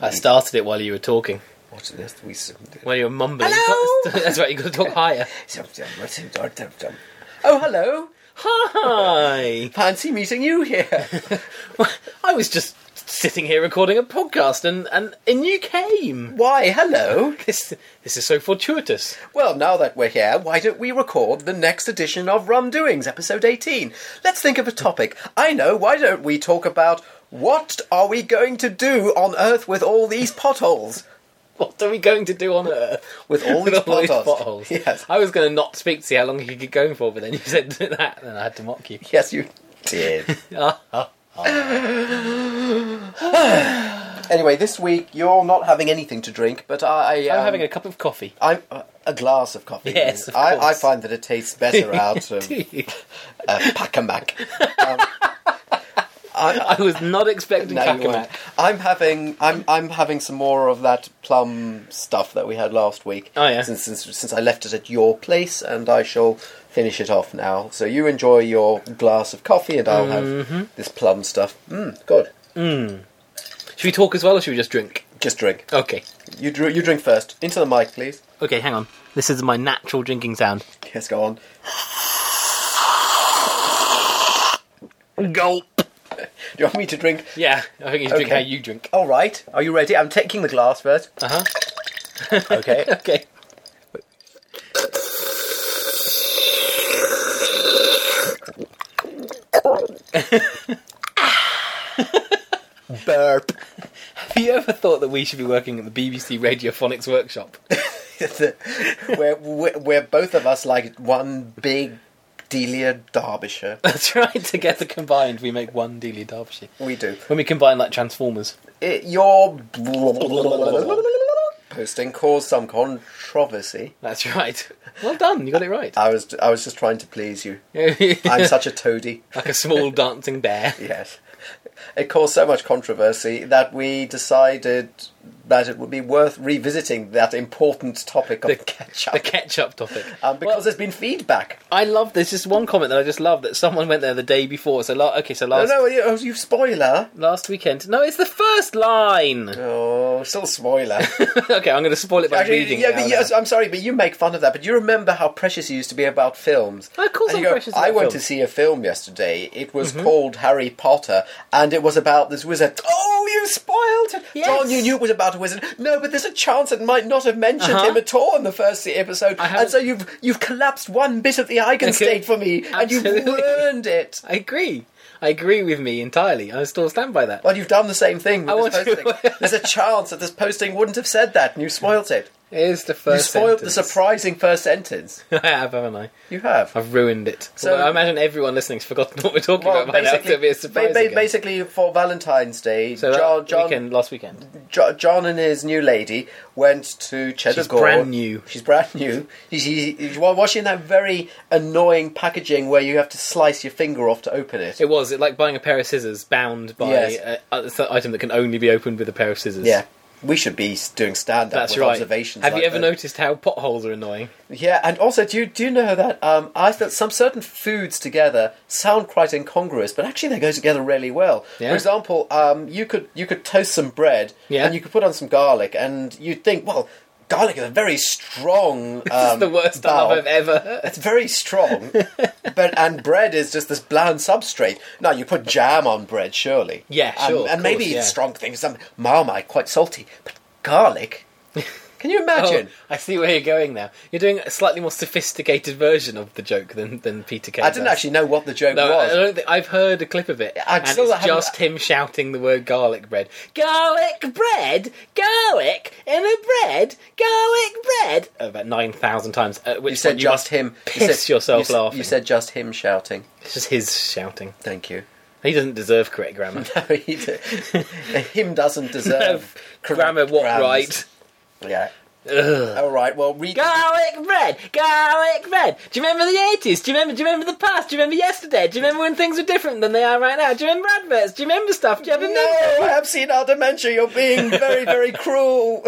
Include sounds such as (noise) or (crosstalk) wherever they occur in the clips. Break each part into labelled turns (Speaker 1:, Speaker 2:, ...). Speaker 1: I started it while you were talking.
Speaker 2: What on earth are we submitted?
Speaker 1: While you were mumbling.
Speaker 2: Hello?
Speaker 1: (laughs) That's right, you've got to talk higher.
Speaker 2: Oh, hello.
Speaker 1: Hi!
Speaker 2: Fancy meeting you
Speaker 1: (laughs)
Speaker 2: here.
Speaker 1: I was just sitting here recording a podcast and, and in you came.
Speaker 2: Why, hello.
Speaker 1: This, this is so fortuitous.
Speaker 2: Well, now that we're here, why don't we record the next edition of Rum Doings, episode 18? Let's think of a topic. I know, why don't we talk about what are we going to do on Earth with all these potholes?
Speaker 1: What are we going to do on earth
Speaker 2: With all
Speaker 1: with
Speaker 2: these
Speaker 1: all these
Speaker 2: potholes.
Speaker 1: potholes?
Speaker 2: Yes.
Speaker 1: I was going to not speak to see how long you could keep going for, but then you said (laughs) that, and I had to mock you.
Speaker 2: Yes, you
Speaker 1: (laughs)
Speaker 2: did. (sighs) anyway, this week you're not having anything to drink, but I.
Speaker 1: I'm
Speaker 2: um,
Speaker 1: having a cup of (laughs) coffee.
Speaker 2: I'm uh, a glass of coffee.
Speaker 1: Yes, of
Speaker 2: I, I
Speaker 1: course.
Speaker 2: find that it tastes
Speaker 1: (laughs)
Speaker 2: better
Speaker 1: um,
Speaker 2: out of uh, a pack a mac. Um,
Speaker 1: I was not expecting
Speaker 2: no, you won't.
Speaker 1: Kakamaka.
Speaker 2: I'm having I'm I'm having some more of that plum stuff that we had last week.
Speaker 1: Oh, yeah.
Speaker 2: Since since, since I left it at your place, and I shall finish it off now. So you enjoy your glass of coffee, and I'll
Speaker 1: Mm-hmm.
Speaker 2: have this plum stuff. Mm, good.
Speaker 1: Should we talk as well, or should we just drink?
Speaker 2: Just drink.
Speaker 1: Okay.
Speaker 2: You dr- you drink first. Into the mic, please.
Speaker 1: Okay, hang on. This is my natural drinking sound.
Speaker 2: Yes, go on.
Speaker 1: Gulp.
Speaker 2: Do you want me to drink?
Speaker 1: Yeah, I think you drink
Speaker 2: Okay.
Speaker 1: how you drink.
Speaker 2: All right. Are you ready? I'm taking the glass first.
Speaker 1: (laughs) Uh
Speaker 2: Okay.
Speaker 1: huh. Okay.
Speaker 2: Burp.
Speaker 1: Have you ever thought that we should be working at the BBC Radiophonics Workshop?
Speaker 2: (laughs) we're, we're, we're both of us like one big Delia Derbyshire.
Speaker 1: (laughs) That's right. (laughs) Together combined, we make one Dealey Derbyshire.
Speaker 2: We do.
Speaker 1: When we combine like Transformers.
Speaker 2: It, your posting caused some controversy.
Speaker 1: That's right. Well done. You got it (laughs) right.
Speaker 2: I was I was just trying to please you.
Speaker 1: (laughs)
Speaker 2: I'm such a toady.
Speaker 1: like a small dancing (laughs) bear.
Speaker 2: Yes. It caused so much controversy that we decided that it would be worth revisiting that important topic of
Speaker 1: The-
Speaker 2: ketchup.
Speaker 1: The ketchup topic.
Speaker 2: um, because
Speaker 1: Well,
Speaker 2: there's been feedback.
Speaker 1: I love there's just one comment that I just love that someone went there the day before. So la- okay, so
Speaker 2: Oh
Speaker 1: last
Speaker 2: no, you, oh, you spoiler.
Speaker 1: last weekend. No, it's the first line. (laughs)
Speaker 2: Oh, still spoiler.
Speaker 1: okay, I'm going to spoil it by
Speaker 2: Actually,
Speaker 1: reading.
Speaker 2: yeah,
Speaker 1: it
Speaker 2: but
Speaker 1: out
Speaker 2: yes,
Speaker 1: loud.
Speaker 2: I'm sorry, but you make fun of that. But you remember how precious you used to be about films.
Speaker 1: Of course
Speaker 2: And
Speaker 1: I'm
Speaker 2: you go,
Speaker 1: precious
Speaker 2: I
Speaker 1: about
Speaker 2: went to
Speaker 1: films."
Speaker 2: see a film yesterday. It was
Speaker 1: Mm-hmm.
Speaker 2: called Harry Potter, and it was about this wizard. Oh, you spoiled it!
Speaker 1: Yes.
Speaker 2: John, you knew it was about a wizard. No, but there's a chance it might not have mentioned
Speaker 1: Uh-huh.
Speaker 2: him at all in the first episode, and
Speaker 1: haven't-
Speaker 2: so you've you've collapsed one bit of
Speaker 1: (laughs)
Speaker 2: the eigenstate for me, and you've
Speaker 1: Absolutely.
Speaker 2: ruined it.
Speaker 1: I agree. I agree with me entirely. I still stand by that.
Speaker 2: Well, you've done the same thing with
Speaker 1: I
Speaker 2: this
Speaker 1: want to-
Speaker 2: posting. There's a chance that this posting wouldn't have said that, and you spoiled it.
Speaker 1: Here's the
Speaker 2: You
Speaker 1: (laughs) first.
Speaker 2: spoiled
Speaker 1: sentence.
Speaker 2: the surprising first sentence.
Speaker 1: (laughs) I have, haven't I?
Speaker 2: You have.
Speaker 1: I've ruined it.
Speaker 2: So-
Speaker 1: So I imagine everyone listening's forgotten (laughs) what we're talking
Speaker 2: Well,
Speaker 1: about by now. It's going to be a
Speaker 2: ba-
Speaker 1: surprise.
Speaker 2: ba-
Speaker 1: again.
Speaker 2: basically for Valentine's Day,
Speaker 1: so
Speaker 2: John,
Speaker 1: that
Speaker 2: John,
Speaker 1: weekend, last weekend.
Speaker 2: Jo- John and his new lady went to Cheddar
Speaker 1: She's
Speaker 2: Gorge.
Speaker 1: brand new.
Speaker 2: She's brand new. She, she, well, was she in that very annoying packaging where you have to slice your finger off to open it?
Speaker 1: It was it like buying a pair of scissors bound by
Speaker 2: Yes.
Speaker 1: a, a- an item that can only be opened with a pair of scissors.
Speaker 2: yeah. We should be doing stand up
Speaker 1: That's
Speaker 2: with
Speaker 1: right.
Speaker 2: observations.
Speaker 1: Have
Speaker 2: like
Speaker 1: you ever
Speaker 2: that.
Speaker 1: noticed how potholes are annoying? (laughs)
Speaker 2: Yeah, and also, do you, do you know that um, I thought some certain foods together sound quite incongruous, but actually they go together really well.
Speaker 1: Yeah.
Speaker 2: For example, um, you could you could toast some bread,
Speaker 1: Yeah.
Speaker 2: and you could put on some garlic, and you'd think, well, garlic is a very
Speaker 1: (laughs)
Speaker 2: strong. Um,
Speaker 1: It's the worst stuff
Speaker 2: valve.
Speaker 1: I've ever heard.
Speaker 2: It's very
Speaker 1: (laughs)
Speaker 2: strong, but and bread is just this bland substrate. Now you put jam on bread, surely.
Speaker 1: Yeah,
Speaker 2: Um,
Speaker 1: sure, of
Speaker 2: and maybe
Speaker 1: course, yeah.
Speaker 2: strong things, some marmite, quite salty, but
Speaker 1: (laughs)
Speaker 2: garlic. Can you
Speaker 1: Oh,
Speaker 2: imagine?
Speaker 1: I see where you're going now. You're doing a slightly more sophisticated version of the joke than, than Peter Kay.
Speaker 2: I didn't
Speaker 1: does.
Speaker 2: actually know what the joke
Speaker 1: No, uh, I
Speaker 2: was.
Speaker 1: don't think I've heard a clip of it.
Speaker 2: I
Speaker 1: and
Speaker 2: still
Speaker 1: it's
Speaker 2: haven't-
Speaker 1: just him shouting the word garlic bread. Garlic bread, garlic in a bread, garlic bread. Oh, About nine thousand times. At which
Speaker 2: You said
Speaker 1: point
Speaker 2: just
Speaker 1: must
Speaker 2: him. You
Speaker 1: Piss
Speaker 2: said-
Speaker 1: yourself
Speaker 2: you, s-
Speaker 1: laughing.
Speaker 2: You said just him shouting.
Speaker 1: it's just his shouting.
Speaker 2: Thank you. (laughs)
Speaker 1: He doesn't deserve correct grammar.
Speaker 2: He d- (laughs) him doesn't
Speaker 1: (laughs)
Speaker 2: deserve correct
Speaker 1: grammar what
Speaker 2: grams.
Speaker 1: right?
Speaker 2: Yeah.
Speaker 1: Ugh.
Speaker 2: All right. Well, read.
Speaker 1: Garlic bread, garlic bread. Do you remember the eighties? Do you remember? Do you remember the past? Do you remember yesterday? Do you remember when things were different than they are right now? Do you remember adverts? Do you remember stuff? Do you
Speaker 2: (laughs)
Speaker 1: ever
Speaker 2: no,
Speaker 1: know?
Speaker 2: I have seen our dementia. You're being very,
Speaker 1: (laughs)
Speaker 2: very cruel.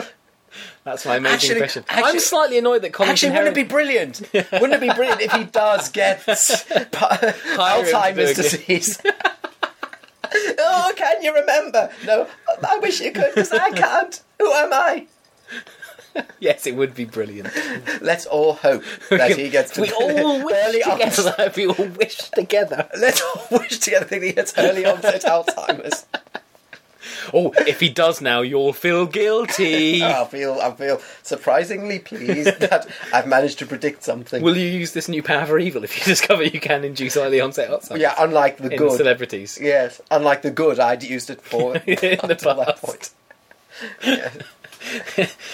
Speaker 1: That's my amazing
Speaker 2: Actually-
Speaker 1: impression.
Speaker 2: actually-
Speaker 1: I'm slightly annoyed that Colin
Speaker 2: Actually,
Speaker 1: Herring-
Speaker 2: wouldn't it be brilliant? Wouldn't it be brilliant
Speaker 1: (laughs)
Speaker 2: if he does get (laughs) pa-
Speaker 1: him to do
Speaker 2: Alzheimer's
Speaker 1: it again.
Speaker 2: disease? (laughs) oh, can you remember? No, I wish you could because I can't. Who am I?
Speaker 1: Yes, it would be brilliant.
Speaker 2: Let's all hope that he gets.
Speaker 1: (laughs) we (laughs) all
Speaker 2: (laughs)
Speaker 1: wish
Speaker 2: early on-
Speaker 1: (laughs) together. We all wish together.
Speaker 2: (laughs) Let's all wish together that he gets early
Speaker 1: (laughs)
Speaker 2: onset Alzheimer's.
Speaker 1: Oh, if he does now, you'll feel (laughs) guilty.
Speaker 2: I feel I feel surprisingly
Speaker 1: (laughs)
Speaker 2: pleased that I've managed to predict something.
Speaker 1: Will you use this new power for evil if you (laughs) discover you can induce early onset Alzheimer's
Speaker 2: yeah, unlike the
Speaker 1: in
Speaker 2: good.
Speaker 1: celebrities?
Speaker 2: yes, unlike the good, I'd used it for
Speaker 1: (laughs) In the
Speaker 2: until that
Speaker 1: past.
Speaker 2: point.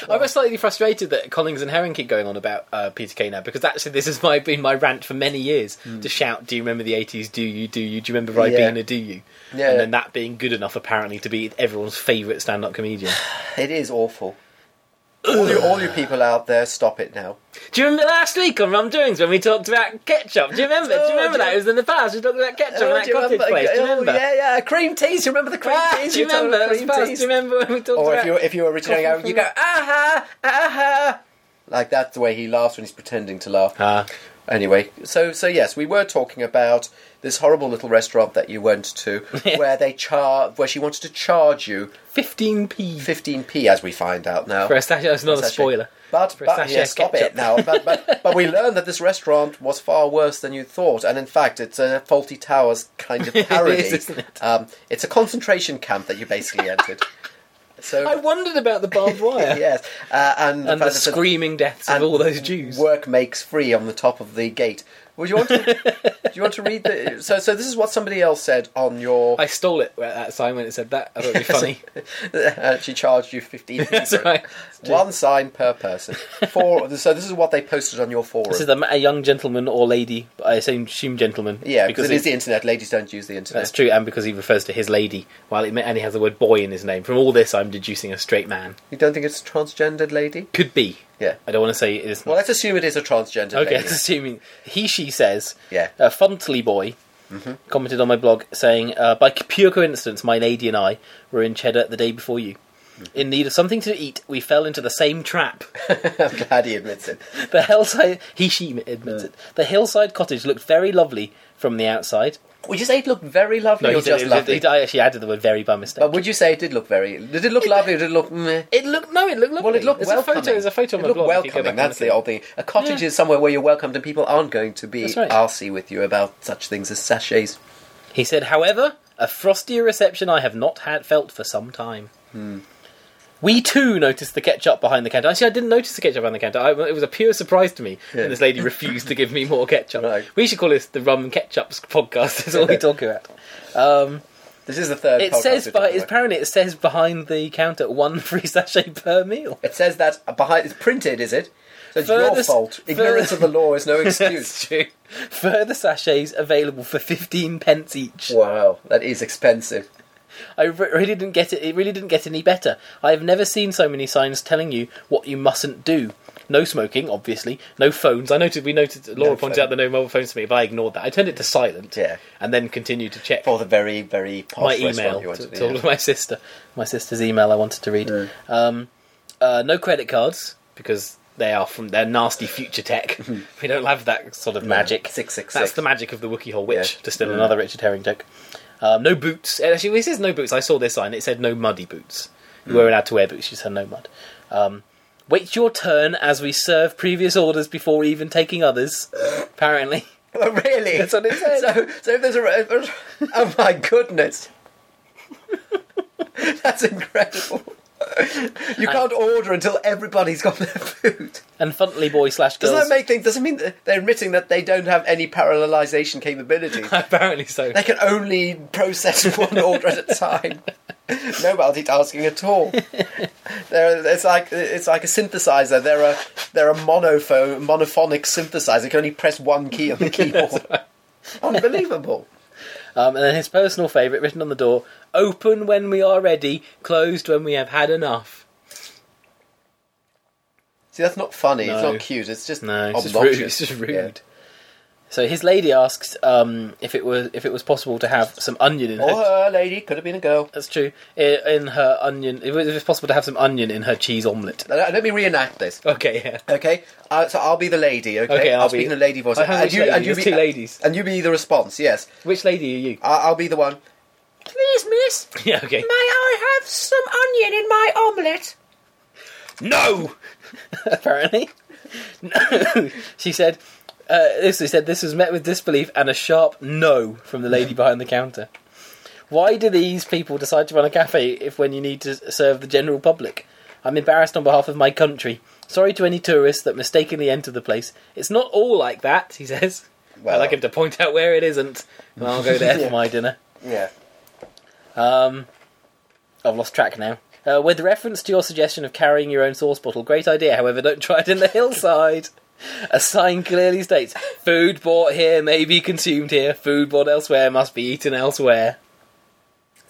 Speaker 1: I was slightly frustrated that Collings and Herring keep going on about uh, Peter Kay now because actually this has my, been my rant for many years to shout, "Do you remember the '80s? Do you? Do you? Do you remember
Speaker 2: Hmm. Yeah.
Speaker 1: Ribena? Do you?"
Speaker 2: Yeah.
Speaker 1: And then that being good enough apparently to be everyone's favourite stand-up comedian.
Speaker 2: It is awful. all, you, all you people out there, stop it now.
Speaker 1: Do you remember last week on Rum Doings when we talked about ketchup? Do you remember? do
Speaker 2: Oh,
Speaker 1: you remember
Speaker 2: do you-
Speaker 1: that? It was in the past. We talked about ketchup
Speaker 2: Oh,
Speaker 1: and that
Speaker 2: do you
Speaker 1: cottage place. Do you
Speaker 2: oh,
Speaker 1: remember?
Speaker 2: Yeah, yeah, cream teas. You remember the cream
Speaker 1: Ah,
Speaker 2: teas?
Speaker 1: do you
Speaker 2: You're talking
Speaker 1: remember? It was
Speaker 2: cream
Speaker 1: past. Do
Speaker 2: teas?
Speaker 1: you remember when we talked
Speaker 2: Or
Speaker 1: about
Speaker 2: if you if you were returning
Speaker 1: Coffee
Speaker 2: out, you
Speaker 1: from-
Speaker 2: go aha aha, like that's the way he laughs when he's pretending to laugh.
Speaker 1: Ah.
Speaker 2: Anyway, so so yes, we were talking about this horrible little restaurant that you went
Speaker 1: (laughs)
Speaker 2: to, where they char where she wanted to charge you
Speaker 1: 15p
Speaker 2: 15p, as we find out now.
Speaker 1: for a sachet. That's not a
Speaker 2: Sachet.
Speaker 1: spoiler.
Speaker 2: But,
Speaker 1: For a
Speaker 2: but
Speaker 1: sachet
Speaker 2: yeah, stop
Speaker 1: ketchup.
Speaker 2: it now. But,
Speaker 1: (laughs)
Speaker 2: but, but we learned that this restaurant was far worse than you thought, and in fact, it's a Faulty Towers kind
Speaker 1: (laughs)
Speaker 2: of parody.
Speaker 1: is, isn't it?
Speaker 2: Um, it's a concentration camp that you basically
Speaker 1: (laughs)
Speaker 2: entered. So
Speaker 1: I wondered about
Speaker 2: (laughs)
Speaker 1: the barbed wire.
Speaker 2: yes, uh, and,
Speaker 1: and the
Speaker 2: fact that
Speaker 1: screaming deaths of
Speaker 2: and
Speaker 1: all those Jews.
Speaker 2: Work makes free on the top of the gate. Would you want
Speaker 1: (laughs)
Speaker 2: to? do you want to read the? So, so this is what somebody else said on your. (laughs)
Speaker 1: I stole it at that sign when it said that. I thought it'd be funny.
Speaker 2: Uh, she charged you fifteen.
Speaker 1: (laughs) That's
Speaker 2: for it.
Speaker 1: right.
Speaker 2: One sign per person.
Speaker 1: (laughs)
Speaker 2: Four. So this is what they posted on your forum.
Speaker 1: This is a, a young gentleman or lady. But I assume assume gentleman.
Speaker 2: yeah, because it
Speaker 1: he-
Speaker 2: is the internet. Ladies don't use the
Speaker 1: That's
Speaker 2: internet.
Speaker 1: true, and because he refers to his lady, while it may, and he has the word boy in his name. From all this, I'm deducing a straight man
Speaker 2: You don't think it's a transgendered lady?
Speaker 1: could be.
Speaker 2: Yeah.
Speaker 1: I don't want to say it's
Speaker 2: Well,
Speaker 1: not.
Speaker 2: let's assume it is a transgendered
Speaker 1: okay, (laughs)
Speaker 2: lady.
Speaker 1: assuming he she says.
Speaker 2: Yeah. (laughs)
Speaker 1: Uh, Funtly boy
Speaker 2: Mm-hmm.
Speaker 1: commented on my blog saying, uh, by pure coincidence, my lady and I were in Cheddar the day before you.
Speaker 2: Mm-hmm.
Speaker 1: In need of something to eat, we fell into the
Speaker 2: (laughs)
Speaker 1: same trap.
Speaker 2: I'm glad he admits it.
Speaker 1: The hillside, he she admits it. The hillside cottage looked very lovely from the outside.
Speaker 2: Would you say it looked very lovely
Speaker 1: he
Speaker 2: or
Speaker 1: said
Speaker 2: just
Speaker 1: it-
Speaker 2: lovely?
Speaker 1: he- I actually added the word very by mistake.
Speaker 2: but would you say it did look very? Did it look lovely or did it look? Meh?
Speaker 1: it looked no, it looked lovely.
Speaker 2: Well, it looked
Speaker 1: there's
Speaker 2: welcoming.
Speaker 1: A photo, there's a photo on
Speaker 2: it
Speaker 1: my
Speaker 2: looked
Speaker 1: blog. if you go
Speaker 2: welcoming.
Speaker 1: back and
Speaker 2: That's
Speaker 1: look
Speaker 2: the
Speaker 1: at
Speaker 2: old thing. A cottage is somewhere where you're welcomed, and people aren't going to be
Speaker 1: That's right.
Speaker 2: arsy with you about such things as sachets.
Speaker 1: it. He said, however, a frostier reception I have not had felt for some time.
Speaker 2: Hmm.
Speaker 1: We too noticed the ketchup behind the counter. Actually, I didn't notice the ketchup behind the counter. I, it was a pure surprise to me
Speaker 2: Yeah.
Speaker 1: when this lady refused to give me more ketchup.
Speaker 2: Right.
Speaker 1: We should call this the Rum and Ketchups podcast. That's all we talk about. Um,
Speaker 2: This is the third.
Speaker 1: It
Speaker 2: podcast
Speaker 1: says
Speaker 2: we're
Speaker 1: behind,
Speaker 2: talking about.
Speaker 1: apparently it says behind the counter one free sachet per meal.
Speaker 2: It says that behind. It's printed, is it? So it's your
Speaker 1: Furthest-
Speaker 2: fault. Ignorance
Speaker 1: further-
Speaker 2: of the law is
Speaker 1: (laughs)
Speaker 2: no excuse.
Speaker 1: That's true. Further sachets available for fifteen pence each.
Speaker 2: wow, that is expensive.
Speaker 1: I re- really didn't get it. It really didn't get any better. I have never seen so many signs telling you what you mustn't do. No smoking, obviously. No phones. I noted. We noted. Laura
Speaker 2: No
Speaker 1: pointed
Speaker 2: phone.
Speaker 1: out the no mobile phones to me, but I ignored that. I turned it to silent.
Speaker 2: Yeah.
Speaker 1: And then continued to check
Speaker 2: For the very, very posh
Speaker 1: my
Speaker 2: restaurant
Speaker 1: email
Speaker 2: you
Speaker 1: to,
Speaker 2: went to.
Speaker 1: to all of my sister. My sister's email I wanted to read. Um, uh, no credit cards because they are from their nasty future tech. (laughs) we don't have that sort of magic.
Speaker 2: Mm-hmm. Six, six,
Speaker 1: That's
Speaker 2: six.
Speaker 1: the magic of the Wookiee Hole Witch.
Speaker 2: Yeah.
Speaker 1: To steal another Richard Herring joke. Um, no boots. And Actually, this is no boots. I saw this sign. It said no muddy boots. You
Speaker 2: Mm.
Speaker 1: were allowed to wear boots. You said no mud. Um, Wait your turn as we serve previous orders before even taking others. Apparently,
Speaker 2: (laughs) Oh, really?
Speaker 1: That's what it said.
Speaker 2: So, so if there's a, (laughs) if there's- oh my goodness, (laughs) that's incredible. You can't order until everybody's got their food.
Speaker 1: and Funtley boy slash girls.
Speaker 2: Doesn't that make things? Doesn't mean that they're admitting that they don't have any parallelization capability.
Speaker 1: (laughs) Apparently so.
Speaker 2: They can only process (laughs) one order at a time. No multitasking at all. There, it's like it's like a synthesizer. They're a they're a monophone monophonic synthesizer. You can only press one key
Speaker 1: (laughs)
Speaker 2: on the keyboard. Unbelievable.
Speaker 1: Um, and then his personal favourite, written on the door: "Open when we are ready, closed when we have had enough."
Speaker 2: See, that's not funny. It's
Speaker 1: No.
Speaker 2: not cute. It's just
Speaker 1: No, it's just
Speaker 2: obnoxious.
Speaker 1: rude. It's just rude.
Speaker 2: Yeah.
Speaker 1: So his lady asks um, if it were if it was possible to have some onion in her.
Speaker 2: Or her lady could have been a girl.
Speaker 1: That's true. I- In her onion, if it was possible to have some onion in her cheese omelette. (laughs)
Speaker 2: Uh, Let me reenact this.
Speaker 1: Okay, yeah.
Speaker 2: Okay, uh, so I'll be the lady. Okay,
Speaker 1: Oh. Okay, I'll
Speaker 2: speak
Speaker 1: be-
Speaker 2: in a lady voice.
Speaker 1: I have which lady? There's two ladies.
Speaker 2: and you be the response. Yes,
Speaker 1: Which lady are you? (laughs)
Speaker 2: I- I'll be the one.
Speaker 3: Please, miss,
Speaker 1: Yeah, okay.
Speaker 3: may I have some onion in my omelette?
Speaker 1: No! (laughs) Apparently. No! She said, uh, this, she said, this was met with disbelief and a sharp no from the lady behind the counter. Why do these people decide to run a cafe if when you need to serve the general public? I'm embarrassed on behalf of my country. Sorry to any tourists that mistakenly enter the place. It's not all like that, he says. Well, I
Speaker 2: Well.
Speaker 1: like him to point out where it isn't. And I'll go there for my dinner.
Speaker 2: Yeah.
Speaker 1: Um, I've lost track now. Uh, with reference to your suggestion of carrying your own sauce bottle, great idea. However, don't try it in the hillside. A sign clearly states: food bought here may be consumed here. Food bought elsewhere must be eaten elsewhere.